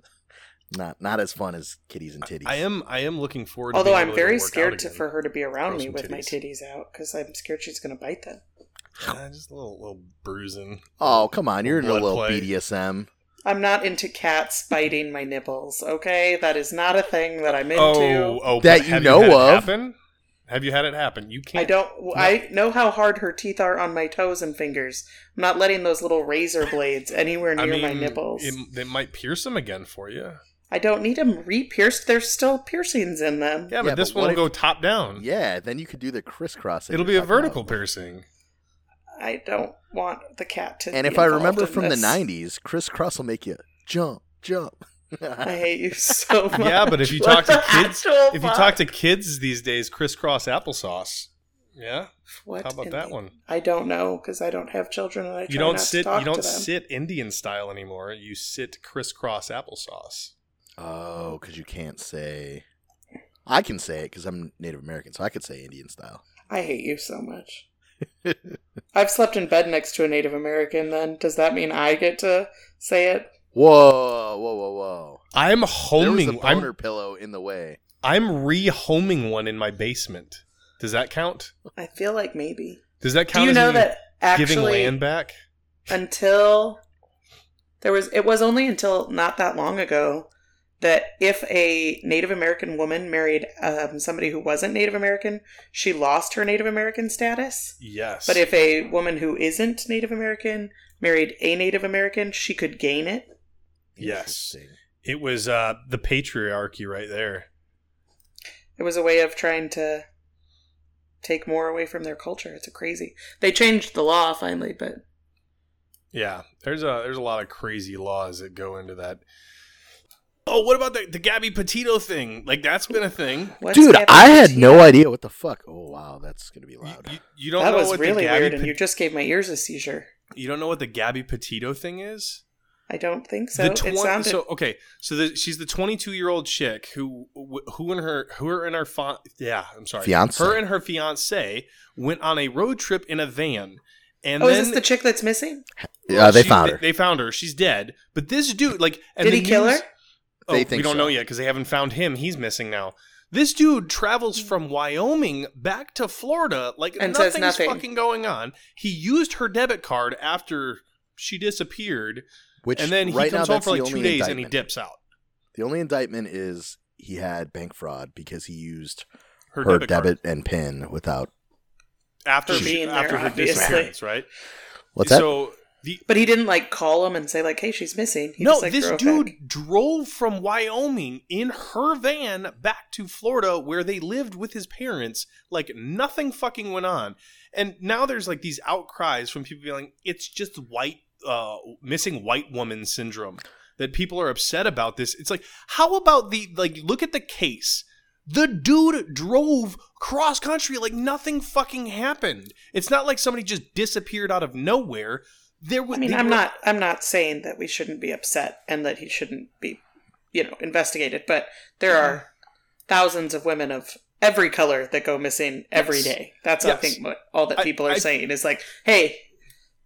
A: Not not as fun as kitties and titties.
B: I am. I am looking forward.
C: although
B: to being
C: I'm
B: able to
C: very
B: work out
C: scared to,
B: again.
C: for her to be around
B: Grow
C: me
B: some
C: with my
B: titties.
C: titties out because I'm scared she's going to bite them.
B: Uh, just a little, little bruising.
A: Oh, come on. You're into a
B: Blood
A: little
B: play.
A: BDSM.
C: I'm not into cats biting my nibbles, okay? That is not a thing that I'm into.
B: Oh, oh,
A: That
B: but
A: you
B: have
A: know
B: had it
A: of.
B: happen? Have you had it happen? You can't.
C: I don't. I know how hard her teeth are on my toes and fingers. I'm not letting those little razor blades anywhere near
B: I mean,
C: my nipples.
B: It, they might pierce them again for you.
C: I don't need them re-pierced. There's still piercings in them.
B: Yeah, but
A: Yeah,
B: this
A: but
B: one
A: what
B: will
A: if-
B: go top down.
A: Yeah, then you could do the crisscross. that
B: Mm-hmm. It'll
A: you're
B: be a
A: talking about.
B: vertical piercing.
C: I don't want the cat to.
A: And
C: be
A: if I
C: involved
A: remember
C: in
A: from
C: this.
A: the 90s, crisscross will make you jump, jump.
C: I hate you so much.
B: Yeah, but if you talk
C: What
B: to
C: the
B: kids,
C: actual
B: if you
C: fuck?
B: talk to kids these days, crisscross applesauce. Yeah,
C: what
B: how about
C: in
B: that
C: the-
B: one?
C: I don't know because I don't have children and I try
B: You don't
C: not
B: sit.
C: to talk
B: You don't
C: to them.
B: sit Indian style anymore. You sit crisscross applesauce.
A: Oh, because you can't say. I can say it because I'm Native American, so I could say Indian style.
C: I hate you so much. I've slept in bed next to a Native American. Then does that mean I get to say it?
A: Whoa, whoa, whoa, whoa. There
B: I'm
A: was a
B: homing.
A: boner
B: I'm
A: pillow in the way.
B: I'm rehoming one in my basement. Does that count?
C: I feel like maybe.
B: Does that
C: Do
B: count?
C: you
B: as
C: know
B: me
C: that
B: giving
C: actually
B: land back?
C: until there was it was only until not that long ago that if a Native American woman married um, somebody who wasn't Native American, she lost her Native American status.
B: Yes.
C: But if a woman who isn't Native American married a Native American, she could gain it.
B: Yes.
A: Interesting.
B: it was uh, the patriarchy right there.
C: It was a way of trying to take more away from their culture. It's a crazy. They changed the law finally, but
B: Yeah, there's a there's a lot of crazy laws that go into that. Oh, what about the the Gabby Petito thing? Like that's been a thing.
C: what's
A: Dude,
C: happening
A: I had
C: to
A: no
C: you?
A: idea what the fuck. Oh, wow, that's going to be
B: You,
A: loud.
B: you- you don't
C: That
B: know
C: was
B: what
C: really
B: the Gabby
C: weird,
B: Pe-
C: and you just gave my ears a seizure.
B: you don't know what the Gabby Petito thing is?
C: I don't think so.
B: the
C: it
B: twen-
C: sounded
B: so okay. So the, she's the 22 year old chick who who and her who are in her fa- yeah I'm sorry
A: Fiancé.
B: her and her fiance went on a road trip in a van and
C: oh,
B: then
C: is this the chick that's missing?
A: Yeah, they
B: she-
A: found her.
B: They found her. She's dead. But this dude, like, and
C: Did
B: the
C: he kill
B: news-
C: her?
B: Oh,
A: They think
B: we don't
A: so.
B: know yet because they haven't found him. He's missing now. This dude travels from Wyoming back to Florida like
C: And says
B: nothing's
C: nothing.
B: fucking going on. He used her debit card after she disappeared,
A: Which
B: and then he
A: right
B: comes
A: now,
B: home for
A: that's the
B: like two
A: only
B: days and he
A: indictment.
B: dips out.
A: The only indictment is he had bank fraud because he used
B: Her,
A: her
B: debit, card
A: debit and PIN without.
B: after
C: Her
B: she,
C: being there,
B: after her
C: obviously.
B: disappearance, right?
A: What's that?
B: so the
C: But he didn't like call him and say like, "Hey, she's missing." He
B: no,
C: just, like,
B: this
C: drove
B: dude
C: back.
B: drove from Wyoming in her van back to Florida where they lived with his parents like nothing fucking went on. And now there's like these outcries from people being like, it's just white, uh, missing white woman syndrome that people are upset about this. It's like, how about the, like, look at the case. The dude drove cross country like nothing fucking happened. It's not like somebody just disappeared out of nowhere. There was,
C: I mean,
B: they
C: I'm
B: were-
C: not. I'm not saying that we shouldn't be upset and that he shouldn't be, you know, investigated. But there are thousands of women of every color that go missing every
B: Yes.
C: day. That's I
B: Yes.
C: think what all that
B: I-
C: people are
B: I-
C: saying is like, "Hey,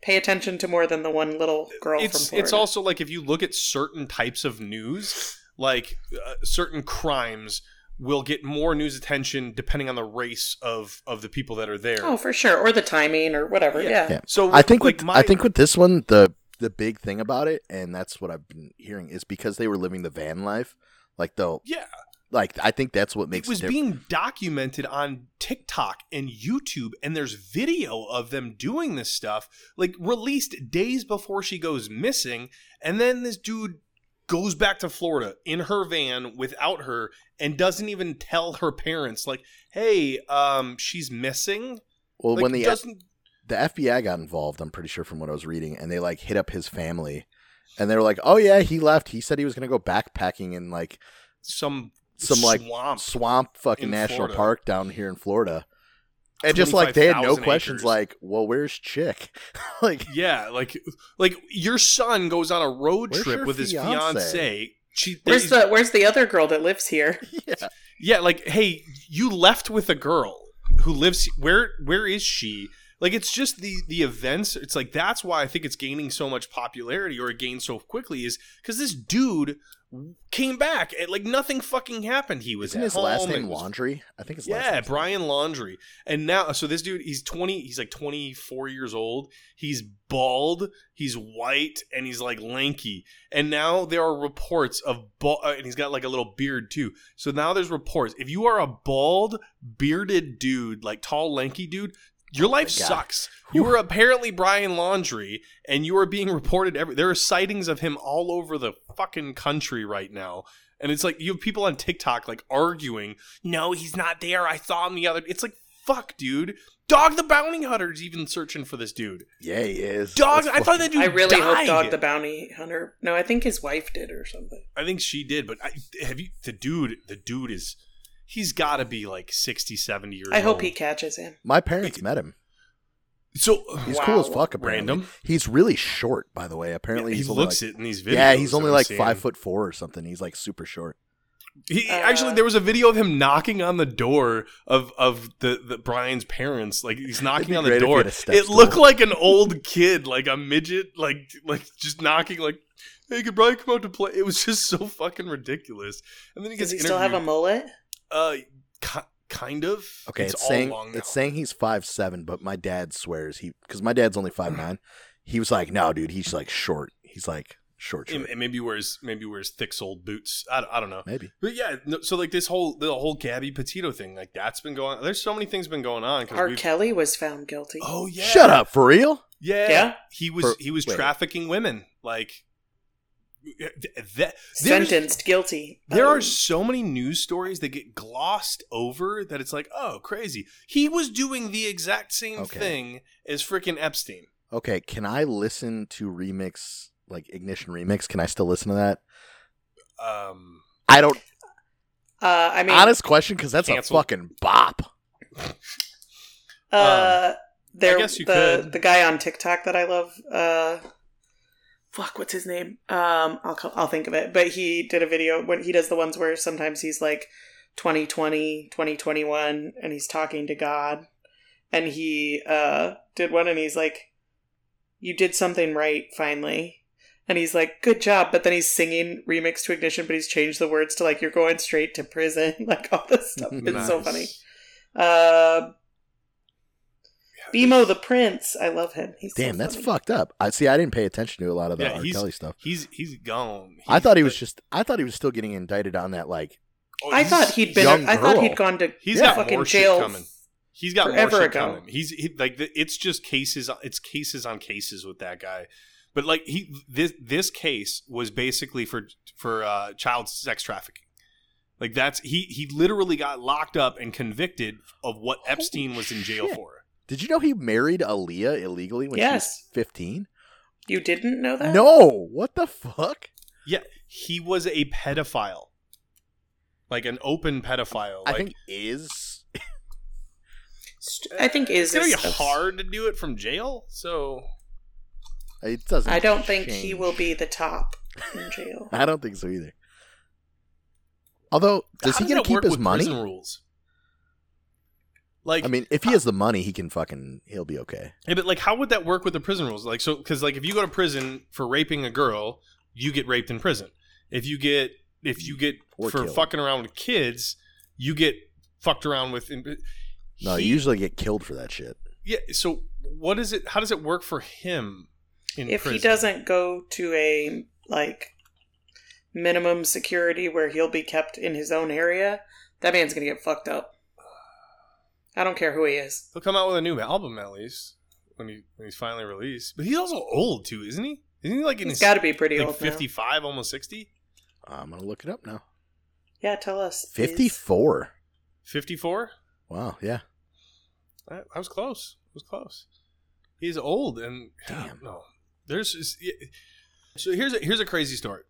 C: pay attention to more than the one little girl from
B: it's
C: Florida."
B: it's also like if you look at certain types of news like uh, certain crimes will get more news attention depending on the race of of the people that are there
C: oh, for sure, or the timing or whatever.
B: Yeah.
C: yeah.
A: Yeah.
B: so
A: I think
B: like
A: with,
B: my
A: I think with this one the the big thing about it, and that's what I've been hearing, is because they were living the van life. Like the
B: yeah
A: like I think that's what makes
B: it was
A: diff-
B: being documented on TikTok and YouTube, and there's video of them doing this stuff, like released days before she goes missing. And then this dude goes back to Florida in her van without her and doesn't even tell her parents, like, hey, um, she's missing.
A: well
B: Like,
A: when the e-
B: doesn't
A: the FBI got involved. I'm pretty sure from what I was reading, and they like hit up his family, and they were like, "Oh yeah, he left. He said he was gonna go backpacking in like
B: some
A: some like
B: swamp.
A: swamp fucking
B: in
A: national
B: Florida.
A: park down here in Florida." And just like they had no
B: 25,000
A: questions,
B: acres.
A: like, "Well, where's chick?" like
B: yeah, like like your son goes on a road
A: Where's
B: trip
A: your
B: with his
A: fiance?
B: fiance. She,
C: Where's the Where's the other girl that lives here?
A: yeah.
B: Yeah, like hey, you left with a girl who lives where where is she? Like it's just the the events. It's like that's why I think it's gaining so much popularity or it gained so quickly is because this dude came back and like nothing fucking happened. He was
A: Isn't
B: at
A: his last
B: home,
A: name
B: it was-
A: Laundry? I think his last
B: Yeah,
A: name's
B: Brian Laundry. And now, so this dude, he's 20, he's like 24 years old. He's bald, he's white, and he's like lanky. And now there are reports of, bald, and he's got like a little beard too. So now there's reports. If you are a bald, bearded dude, like tall, lanky dude, your life
A: Oh God.
B: sucks. You were apparently Brian Laundry, and you are being reported every. There are sightings of him all over the fucking country right now, and it's like you have people on TikTok like arguing. No, he's not there. I saw him the other. It's like fuck, dude. Dog the Bounty Hunter's even searching for this dude.
A: Yeah, he is.
B: Dog,
A: That's
B: I thought
A: fucking-
B: that dude.
C: I really
B: died.
C: hope Dog the Bounty Hunter. No, I think his wife did or something.
B: I think she did, but I, have you? The dude, the dude is. He's got to be like 60, 70 years.
C: I hope
B: old.
C: he catches him.
A: My parents met him.
B: So
A: He's cool as
C: Wow.
A: fuck. Apparently,
B: Random.
A: He's really short, by the way. Apparently,
B: he
A: he's only
B: looks
A: like,
B: it in these videos.
A: Yeah, he's
B: that
A: only
B: I'm
A: like
B: seeing.
A: five foot four or something. He's like super short.
B: He
C: Uh,
B: actually there was a video of him knocking on the door of of the, the Brian's parents. Like he's knocking
A: be
B: on the
A: great if he
B: door.
A: had a
B: It
A: step stool.
B: looked like an old kid, like a midget, like like just knocking, like, "Hey, could Brian come out to play?" It was just so fucking ridiculous. And then he
C: Does
B: gets
C: he still have a
B: interviewed.
C: mullet?
B: Uh, ki- kind of.
A: Okay, it's,
B: it's, all
A: saying
B: long now.
A: it's saying he's five seven, but my dad swears he because my dad's only five nine. He was like, no, dude, he's like short. He's like short, short.
B: And and maybe wears maybe wears thick soled boots. I, don't- I don't know.
A: Maybe
B: But yeah, no, so like this whole the whole Gabby Petito thing, like that's been going. There's so many things been going on. 'cause
C: R.
B: we've-
C: Kelly was found guilty.
B: Oh yeah.
A: shut up for real.
B: Yeah,
C: Yeah?
B: he was
A: Per-
B: he was
A: wait.
B: trafficking women. Like th- th- there's-
C: Sentenced guilty.
B: There
C: Um,
B: are so many news stories that get glossed over that it's like, oh, crazy. He was doing the exact same
A: Okay.
B: thing as freaking Epstein.
A: Okay, can I listen to remix like ignition remix? Can I still listen to that?
B: Um,
A: I don't.
C: Uh, I mean,
A: honest question, because that's
B: Cancel.
A: a fucking bop.
C: uh, there,
B: Um, I guess you
C: the,
B: could.
C: the guy on TikTok that I love, uh, fuck, what's his name? Um, I'll, co- I'll think of it. But he did a video when he does the ones where sometimes he's like 2020, 2021, and he's talking to God. And he, uh, did one and he's like, you did something right finally. And he's like, good job. But then he's singing remix to Ignition, but he's changed the words to like, you're going straight to prison, like all this stuff. It's so
B: Nice.
C: funny. Uh, Bimo the Prince. I love him. He's so
A: Damn, that's
C: funny.
A: fucked up. I see. I didn't pay attention to a lot of the
B: Yeah,
A: R.
B: he's-
A: Kelly stuff.
B: he's he's gone.
A: I
B: He's
A: thought he
B: the-
A: was just. I thought he was still getting indicted on that. Like,
B: oh,
C: I
B: he's-
C: thought he'd
A: young
C: been. I thought
A: girl.
C: he'd gone to
B: He's
A: Yeah.
B: got
C: fucking
B: more
C: jail.
B: shit coming. He's got
C: forever
B: more shit
C: ago.
B: coming. He's he, like the, it's just cases. It's cases on cases with that guy. But like he this this case was basically for for uh, child sex trafficking. Like that's he he literally got locked up and convicted of what
A: Holy
B: Epstein was in jail
A: shit.
B: for.
A: did you know he married Aaliyah illegally when
C: Yes. Uh,
A: she was fifteen?
C: You didn't know that?
A: No, what the fuck?
B: Yeah, he was a pedophile, like an open pedophile. Like,
A: I think is
C: St- I think
B: it's
C: is.
B: gonna be
C: is-
B: hard to do it from jail. So
A: it doesn't.
C: I don't think he
A: change.
C: will be the top in jail.
A: I don't think so either. Although, does
B: How
A: he get
B: that
A: to keep
B: work
A: his
B: with
A: money?
B: prison rules? Like
A: I mean, if he has the money, he can fucking he'll be okay.
B: Yeah, but like, how would that work with the prison rules? Like, so because like, if you go to prison for raping a girl, you get raped in prison. If you get if you get
A: Or
B: for
A: killed.
B: fucking around with kids, you get fucked around with. In, uh,
A: No,
B: He-
A: you usually get killed for that shit.
B: yeah. So what is it? How does it work for him? In
C: if he
B: prison?
C: doesn't go to a like minimum security where he'll be kept in his own area, that man's gonna get fucked up. I don't care who he is.
B: he'll come out with a new album at least when he when he's finally released. But he's also old too, isn't he? Isn't he like in his
C: He's got to be pretty
B: like
C: old
B: fifty
C: now.
B: five, almost sixty?
A: I'm gonna look it up now.
C: Yeah, tell us. please.
A: Fifty-four.
B: Fifty four?
A: Wow. Yeah.
B: I, I was close. I was close. He's old and
A: Damn.
B: No, there's just- y- so here's a, here's a crazy story.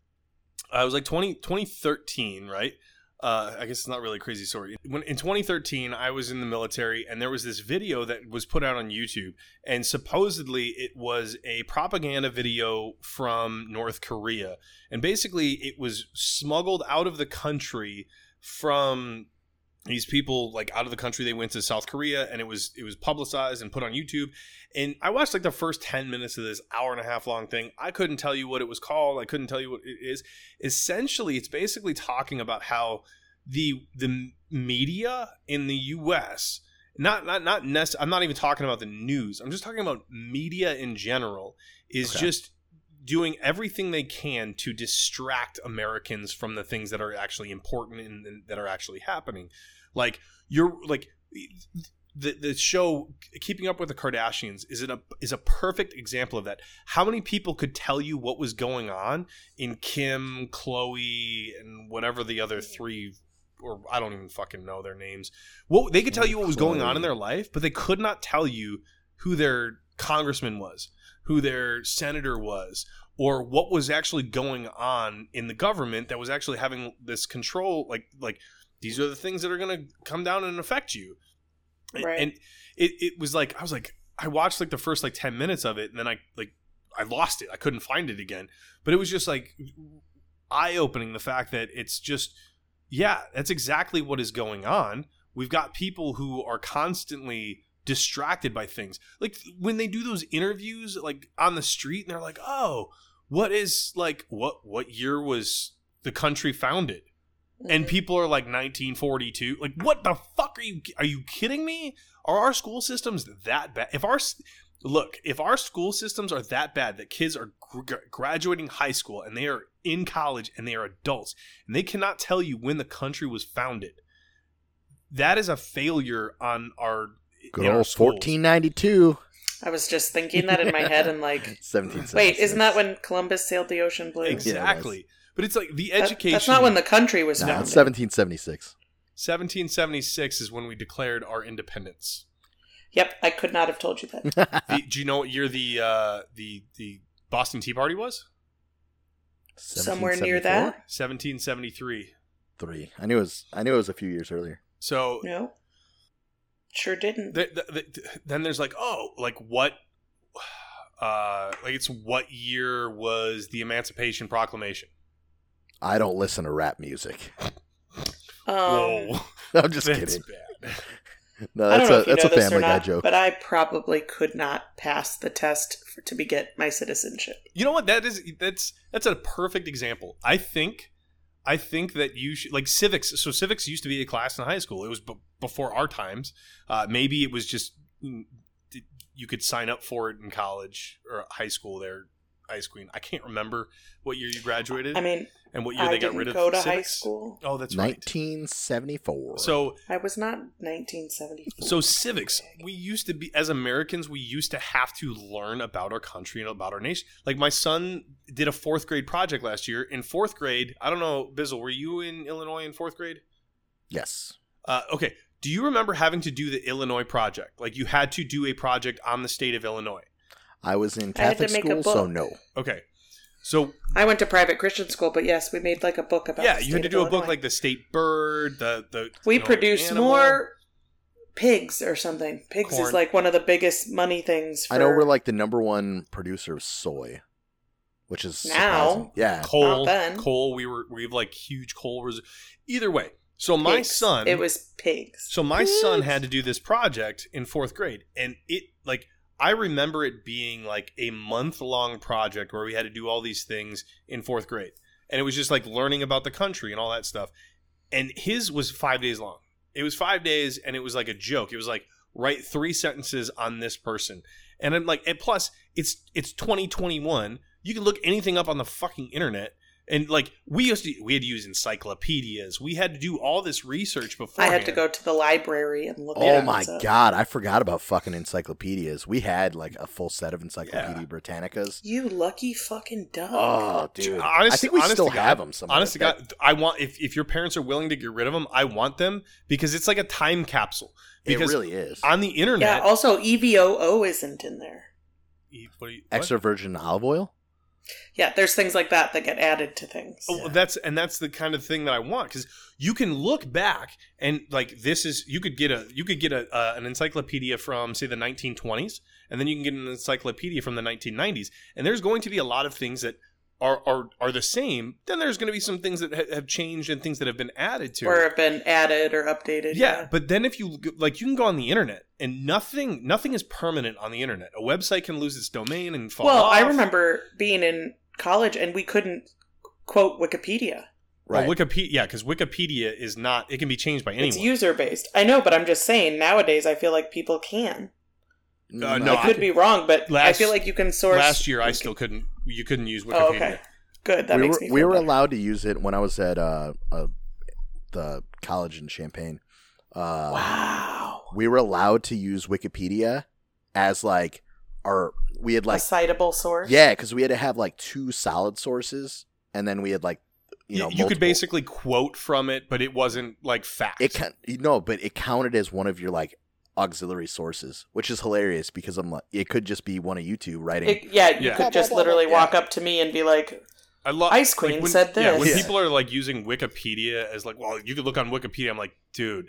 B: I was like 20, 2013, right? Uh, I guess it's not really a crazy story. When in 2013, I was in the military, and there was this video that was put out on YouTube, and supposedly it was a propaganda video from North Korea, and basically it was smuggled out of the country from these people like out of the country they went to south korea and it was it was publicized and put on youtube and i watched like the first 10 minutes of this hour and a half long thing i couldn't tell you what it was called i couldn't tell you what it is essentially it's basically talking about how the the media in the us not not not nec- i'm not even talking about the news i'm just talking about media in general is
A: Okay.
B: just doing everything they can to distract americans from the things that are actually important and, and that are actually happening like you're like the the show keeping up with the kardashians is it a is a perfect example of that how many people could tell you what was going on in kim chloe and whatever the other three or i don't even fucking know their names well they could tell you what was going on in their life but they could not tell you who their congressman was who their senator was or what was actually going on in the government that was actually having this control like like these are the things that are going to come down and affect you And-
C: Right.
B: and it, it was like i was like i watched like the first like 10 minutes of it and then i like i lost it i couldn't find it again but it was just like eye-opening the fact that it's just yeah that's exactly what is going on we've got people who are constantly distracted by things like when they do those interviews like on the street and they're like oh what is like what what year was the country founded and people are like 1942 like what the fuck are you are you kidding me are our school systems that bad if our s- look if our school systems are that bad that kids are gr- graduating high school and they are in college and they are adults and they cannot tell you when the country was founded that is a failure on our
A: Good
B: in our
A: old
B: schools.
A: 1492.
C: I was just thinking that in my head and like,
A: 1776.
C: wait, isn't that when Columbus sailed the ocean blue?
A: Ex-
B: exactly but it's like the
C: That-
B: education
C: that's not when the country was
A: No,
C: founded.
A: it's 1776.
B: 1776 is when we declared our independence
C: Yep, I could not have told you that.
A: Uh,
B: the, do you know what year the uh, the the Boston Tea Party was?
C: Somewhere near that?
B: 1773.
A: 1774? Three. I knew it was. I knew it was a few years earlier.
B: So
C: No, sure didn't.
B: th- th- th- then there's like, oh, like what? Uh, like it's what year was the Emancipation Proclamation?
A: I don't listen to rap music.
C: Um,
B: Whoa,
A: I'm just
B: that's
A: kidding.
B: bad.
A: No,
C: I don't
A: Uh, that's
C: know
A: a
C: if you
A: that's a
C: know this
A: Family
C: or
A: Guy
C: not,
A: joke.
C: but I probably could not pass the test for, to be get my citizenship.
B: You know what? That is that's that's a perfect example. I think, I think that you should like civics. So civics used to be a class in high school. It was b- before our times. Uh, maybe it was just mm, d- you could sign up for it in college or high school. There, Ice Queen. I can't remember what year you graduated
C: I mean,
B: and what year
C: I
B: they got
C: didn't
B: rid of
C: go to high
B: civics.
C: school.
B: Oh, that's right.
A: 1974.
B: So
C: I was not 1974.
B: so civics. We used to be as Americans. We used to have to learn about our country and about our nation. Like my son did a fourth grade project last year. In fourth grade, I don't know, Bizzle, were you in Illinois in fourth grade?
A: yes,
B: Uh, okay. Do you remember having to do the Illinois project? Like you had to do a project on the state of Illinois.
A: I was in
C: I had to
A: Catholic
C: make a
A: school, so
C: book.
A: no.
B: Okay. So
C: I went to private Christian school, but yes, we made like a book about.
B: yeah,
C: the
B: you had
C: state
B: to
C: of
B: do a book
C: Illinois.
B: like the state bird, the the
C: we
B: you know,
C: produce
B: animal.
C: more pigs or something. Pigs
B: Corn.
C: is like one of the biggest money things. For
A: I know we're like the number one producer of soy, which is
C: Now?
A: surprising. Yeah,
B: coal.
C: Not then.
B: Coal. We were we have like huge coal reserves. Either way, so my
C: pigs.
B: son
C: It was pigs.
B: So my son had to do this project in fourth grade, and it like I remember it being like a month long project where we had to do all these things in fourth grade, and it was just like learning about the country and all that stuff. And his was five days long. It was five days, and it was like a joke. It was like write three sentences on this person, and I'm like, and plus it's it's 2021. You can look anything up on the fucking internet. And like we used to, we had to use encyclopedias. We had to do all this research before.
C: I had to go to the library and look.
A: Oh
C: it
A: my
C: up.
A: god, I forgot about fucking encyclopedias. We had like a full set of Encyclopedia
B: Yeah.
A: Britannicas.
C: You lucky fucking dog.
A: Oh, dude,
B: Honest-
A: I think we
B: honest
A: still
B: to God-
A: have them somewhere.
B: Honestly, God, I want if, if your parents are willing to get rid of them, I want them because it's like a time capsule.
A: it
B: Because
A: really is.
B: on the
C: yeah. oh.
B: internet,
C: Also, E EVOO isn't in there.
B: E- what do you- what?
A: Extra virgin olive oil.
C: Yeah, there's things like that that get added to things.
B: Oh, that's and that's the kind of thing that I want because you can look back and like this is you could get a you could get a uh, an encyclopedia from say the 1920s and then you can get an encyclopedia from the 1990s and there's going to be a lot of things that are are are the same, then there's going to be some things that ha- have changed and things that have been added to.
C: or
B: it.
C: have been added or updated.
B: Yeah, but then if you look- like, you can go on the internet, and nothing nothing is permanent on the internet. A website can lose its domain and fall.
C: Well,
B: off.
C: I remember being in college and we couldn't quote Wikipedia.
A: Right.
B: Well, Wikipedia, yeah, because Wikipedia is not. It can be changed by
C: It's
B: anyone.
C: user based. I know, but I'm just saying nowadays I feel like people can.
B: uh,
A: Mm,
B: no,
C: I could be wrong, but I
B: Last-
C: feel like you can source.
B: Last year, I still couldn't. You couldn't use Wikipedia.
C: Oh, okay. Good. That
A: we
C: makes
A: were,
C: me.
A: we
C: feel
A: were
C: better.
A: allowed to use it when I was at uh, uh the college in Champaign. Uh,
C: Wow.
A: We were allowed to use Wikipedia as like our we had
C: a
A: like
C: citable source.
A: yeah because we had to have like two solid sources and then we had like you know
B: you, you could
A: multiple-
B: basically quote from it, but it wasn't like fact.
A: It can no, but it counted as one of your like auxiliary sources, which is hilarious because I'm like, it could just be one of you two writing.
C: It, yeah, you
B: Yeah.
C: could just literally walk up to me and be like,
B: I love
C: Ice Queen
B: when,
C: said
B: Yeah, when
A: this.
B: people are like using Wikipedia as like, well, you could look on Wikipedia. I'm like, dude,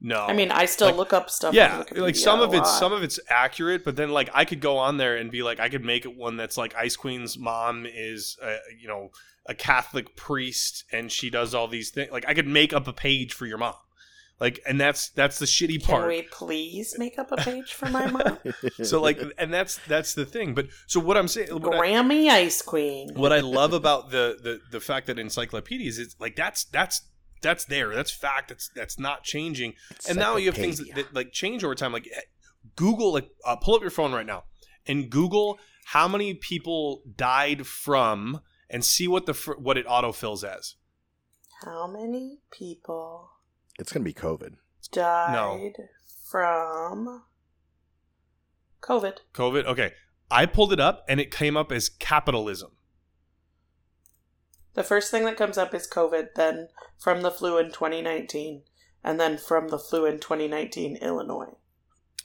B: no.
C: I mean, I still
B: Like-
C: look up stuff.
B: yeah,
C: on Wikipedia
B: like some
C: a
B: of it's
C: lot.
B: some of it's accurate, but then like I could go on there and be like, I could make it one that's like Ice Queen's mom is, a, you know, a Catholic priest and she does all these things. Like I could make up a page for your mom. Like, and that's that's the shitty
C: Can
B: part.
C: we please make up a page for my mom?
B: So like, and that's that's the thing. But so what I'm saying, what I-
C: Grammy Ice Queen.
B: what I love about the, the the fact that encyclopedias it's like that's that's that's there that's fact that's that's not changing and now you have things that, that like change over time like eh, Google like uh, pull up your phone right now and Google how many people died from and see what the fir- what it autofills as
C: How many people
A: it's gonna be COVID.
C: died from COVID?
B: COVID okay I pulled it up and it came up as capitalism
C: The first thing that comes up is COVID, then from the flu in 2019, and then from the flu in 2019, Illinois.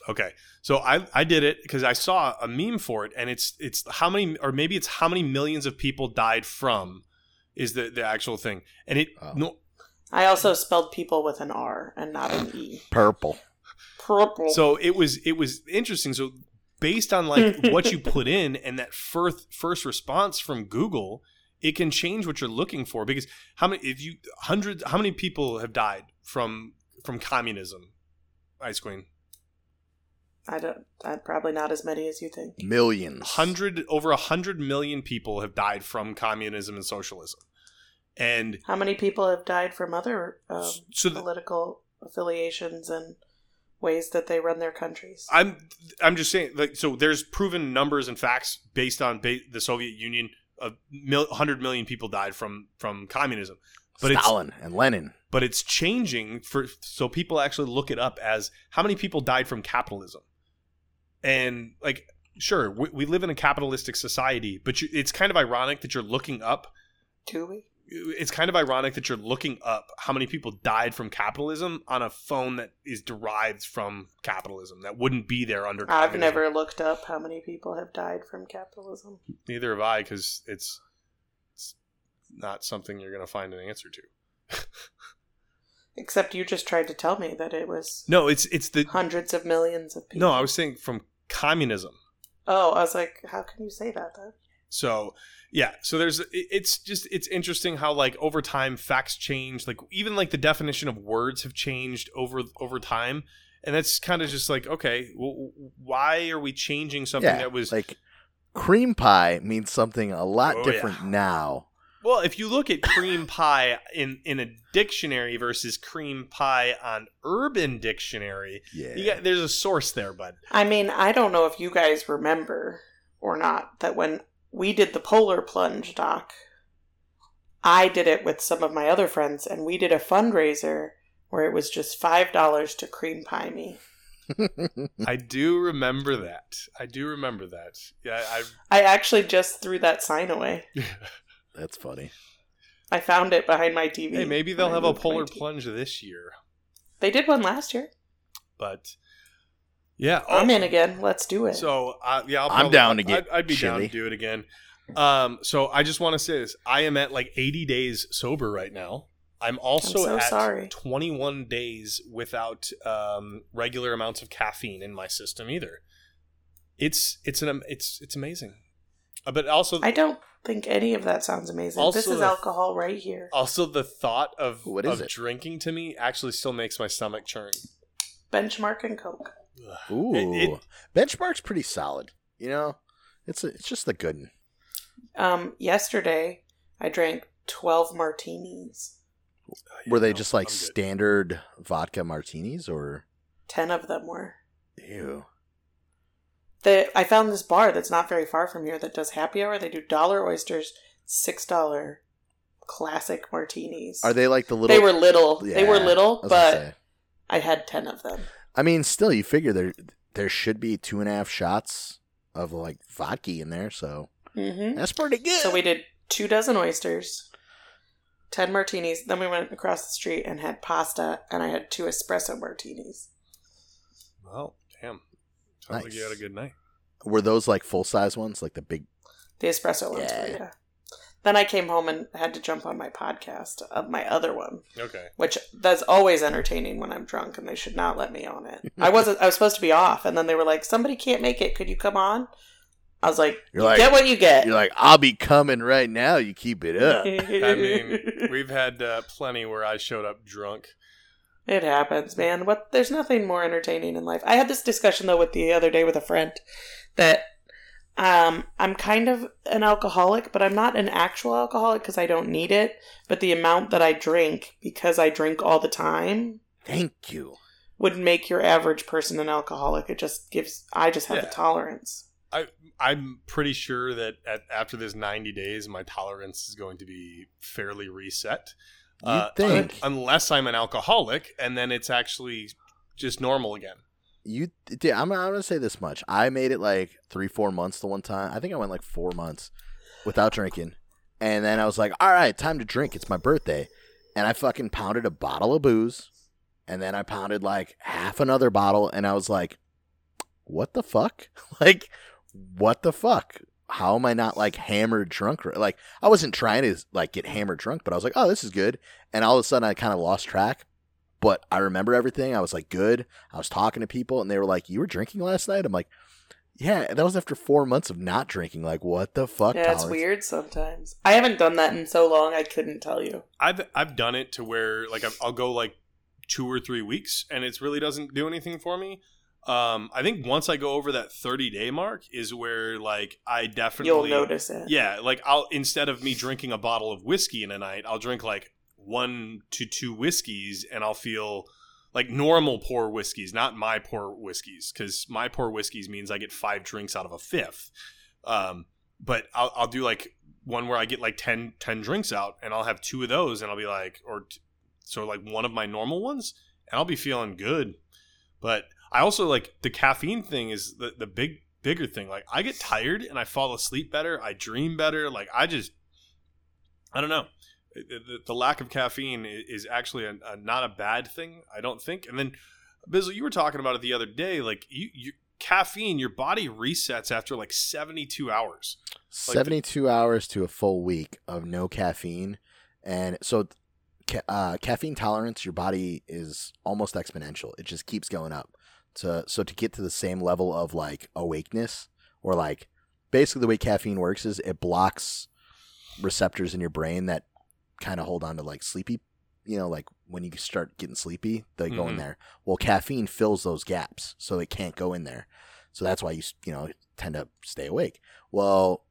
B: Okay, so I I did it because I saw a meme for it, and it's it's how many or maybe it's how many millions of people died from is the the actual thing, and it
A: Oh.
B: no
C: I also spelled people with an R and not an E.
A: Purple.
C: Purple.
B: so it was it was interesting. So based on like what you put in and that first first response from Google, it can change what you're looking for because how many if you hundreds how many people have died from from communism, Ice Queen
C: I don't. I, probably not as many as you think.
A: Millions.
B: hundred over a hundred million people have died from communism and socialism. And
C: How many people have died from other um,
B: so th-
C: political affiliations and ways that they run their countries?
B: I'm I'm just saying like so there's proven numbers and facts based on ba- the Soviet Union of mil- 100 million people died from from communism but it's-
A: Stalin and Lenin.
B: but it's changing for so people actually look it up as how many people died from capitalism and like sure we, we live in a capitalistic society but you, it's kind of ironic that you're looking up
C: Do we?
B: it's kind of ironic that you're looking up how many people died from capitalism on a phone that is derived from capitalism that wouldn't be there under
C: I've
B: communism.
C: never looked up how many people have died from capitalism.
B: neither have i because it's, it's not something you're going to find an answer to
C: Except you just tried to tell me that it was
B: no it's it's the
C: hundreds of millions of people.
B: no i was saying from communism
C: Oh, I was like, how can you say that then?
B: so yeah so there's it- it's just it's interesting how like over time facts change like even like the definition of words have changed over over time and that's kind of just like okay well, why are we changing something
A: yeah,
B: that was
A: like cream pie means something a lot
B: Oh,
A: different now.
B: Well, if you look at cream pie in in a dictionary versus cream pie on Urban Dictionary,
A: Yeah.
B: you got, there's a source there, bud.
C: I mean, I don't know if you guys remember or not that when we did the polar plunge doc, I did it with some of my other friends, and we did a fundraiser where it was just five dollars to cream pie me.
B: I do remember that. I do remember that. Yeah, I
C: I actually just threw that sign away.
A: That's funny.
C: I found it behind my TV.
B: hey, maybe
C: when
B: they'll
C: I
B: have a
C: moved my
B: polar
C: TV.
B: plunge this year,
C: They did one last year.
B: but yeah,
C: I'm
B: oh,
C: in again. Let's do it.
B: So uh, yeah, I'll
A: I'm
B: probably-
A: down to get
B: I'd, I'd be down
A: chilly.
B: to do it again. Um, so I just want to say this: I am at like 80 days sober right now. I'm also
C: so
B: at
C: sorry.
B: 21 days without um, regular amounts of caffeine in my system either. It's it's an am- it's it's amazing. Uh, But also,
C: I don't think any of that sounds amazing. this
B: Also uh,
C: is
B: the-
C: alcohol right here.
B: also the thought of
A: What is
B: of
A: it?
B: drinking to me actually still makes my stomach churn.
C: Benchmark and Coke.
A: Ooh,
B: It- it-
A: benchmark's pretty solid. You know, it's a, it's just the good. 'un.
C: Um, yesterday I drank twelve martinis,
A: Were they
B: No,
A: just like
B: I'm good.
A: standard vodka martinis or?
C: ten of them were.
A: Ew.
C: The I found this bar that's not very far from here that does happy hour. They do dollar oysters, six dollar classic martinis.
A: Are they like the little?
C: They were little. They were
A: Yeah,
C: little,
A: I was gonna
C: but
A: say.
C: I had ten of them.
A: I mean, still, you figure there there should be two and a half shots of like vodka in there, so
C: hmm
A: that's pretty good.
C: So we did two dozen oysters, ten martinis. Then we went across the street and had pasta, and I had two espresso martinis.
B: Well, damn. Sounds like you
A: Nice.
B: had a good night.
A: were those like full size ones, like the big?
C: The espresso ones
A: Yeah.
C: were, yeah. Then I came home and had to jump on my podcast of my other one,
B: Okay.
C: which that's always entertaining when I'm drunk, and they should not let me on it. I wasn't. I was supposed to be off, and then they were like, "Somebody can't make it. Could you come on?" I was like,
A: You're like
C: "Get what you get."
A: you're like I'll be coming right now. You keep it up.
B: I mean, we've had uh, plenty where I showed up drunk.
C: It happens, man. What there's nothing more entertaining in life. I had this discussion though with the other day with a friend that um I'm kind of an alcoholic, but I'm not an actual alcoholic because I don't need it, but the amount that I drink because I drink all the time
A: Thank you.
C: would make your average person an alcoholic. It just gives I just have
B: Yeah.
C: the tolerance.
B: I'm pretty sure that at, after this 90 days, my tolerance is going to be fairly reset.
A: You
B: Uh,
A: think
B: un- unless I'm an alcoholic, and then it's actually just normal again.
A: you? Dude, I'm, I'm gonna say this much. I made it like three, four months the one time. I think I went like four months without drinking, and then I was like, all right, time to drink. It's my birthday, and I fucking pounded a bottle of booze, and then I pounded like half another bottle, and I was like, what the fuck? like, what the fuck? How am I not like hammered drunk? Like, I wasn't trying to like get hammered drunk, but I was like, oh, this is good. And all of a sudden, I kind of lost track. But I remember everything. I was like, good. I was talking to people, and they were like, you were drinking last night. I'm like, yeah, that was after four months of not drinking. Like, what the fuck?
C: yeah, it's
A: Tolerance?
C: weird sometimes. I haven't done that in so long I couldn't tell you.
B: I've I've done it to where like I've, I'll go like two or three weeks, and it's really doesn't do anything for me. Um, I think once I go over that 30 day mark is where like I definitely
C: You'll notice it.
B: uh, Yeah, like I'll instead of me drinking a bottle of whiskey in a night, I'll drink like one to two whiskeys, and I'll feel like normal poor whiskeys, not my poor whiskeys, because my poor whiskeys means I get five drinks out of a fifth. Um, but I'll, I'll do like one where I get like 10, 10 drinks out, and I'll have two of those, and I'll be like, or t- so like one of my normal ones, and I'll be feeling good. But I also like the caffeine thing is the the big bigger thing. Like I get tired and I fall asleep better. I dream better. Like I just I don't know. The, the- the lack of caffeine i- is actually a, a, not a bad thing, I don't think. And then Bizzle, you were talking about it the other day. Like you, you caffeine, your body resets after like seventy two hours. Like the-
A: 72 hours to a full week of no caffeine. And so, ca- uh, caffeine tolerance, your body is almost exponential. It just keeps going up. To, so, to get to the same level of like awakeness, or like basically the way caffeine works is it blocks receptors in your brain that kind of hold on to like sleepy, you know, like when you start getting sleepy, they go in
B: Mhm.
A: there. Well, caffeine fills those gaps, so they can't go in there. So, that's why you, s- you know, tend to stay awake. Well,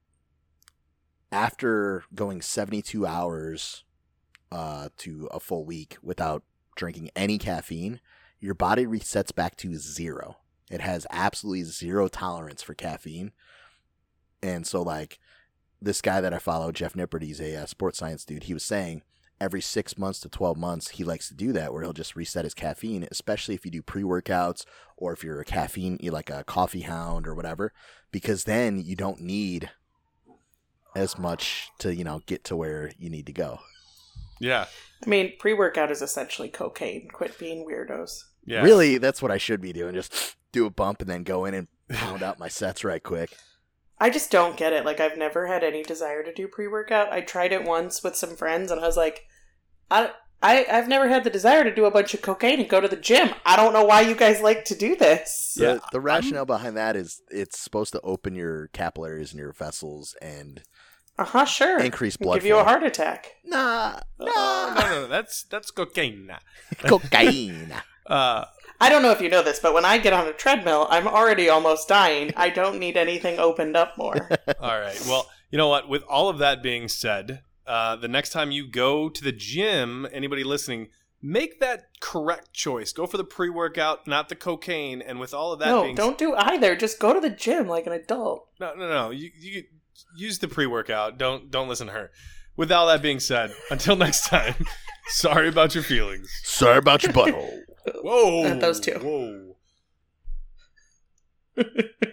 A: after going 72 hours uh, to a full week without drinking any caffeine, your body resets back to zero. It has absolutely zero tolerance for caffeine. And so, like, this guy that I follow, Jeff Nippert, he's a uh, sports science dude, he was saying every six months to 12 months, he likes to do that where he'll just reset his caffeine, especially if you do pre workouts or if you're a caffeine, you're like a coffee hound or whatever, because then you don't need as much to you know get to where you need to go.
B: Yeah,
C: I mean, pre-workout is essentially cocaine. Quit being weirdos.
B: yeah.
A: Really, that's what I should be doing. Just do a bump and then go in and pound out my sets right quick.
C: I just don't get it. Like I've never had any desire to do pre workout. I tried it once with some friends, and I was like, I I, I've never had the desire to do a bunch of cocaine and go to the gym. I don't know why you guys like to do this.
A: The,
B: Yeah,
A: the rationale behind that is it's supposed to open your capillaries and your vessels and
C: Uh huh, sure.
A: increase blood
C: Give you a
A: flow.
C: heart attack.
A: Nah,
B: Oh,
A: nah.
B: no, no, no, that's that's cocaine.
A: cocaine.
B: Uh,
C: I don't know if you know this, but when I get on a treadmill, I'm already almost dying. I don't need anything opened up more.
B: all right. Well, you know what? With all of that being said, uh, the next time you go to the gym, anybody listening, make that correct choice. Go for the pre-workout, not the cocaine. And with all of that
C: no,
B: being
C: don't do either. Just go to the gym like an adult.
B: No, no, no. You, you use the pre-workout. Don't don't listen to her. With all that being said, until next time. sorry about your feelings.
A: Sorry about your butthole.
B: Whoa.
C: Uh, those two.
B: Whoa.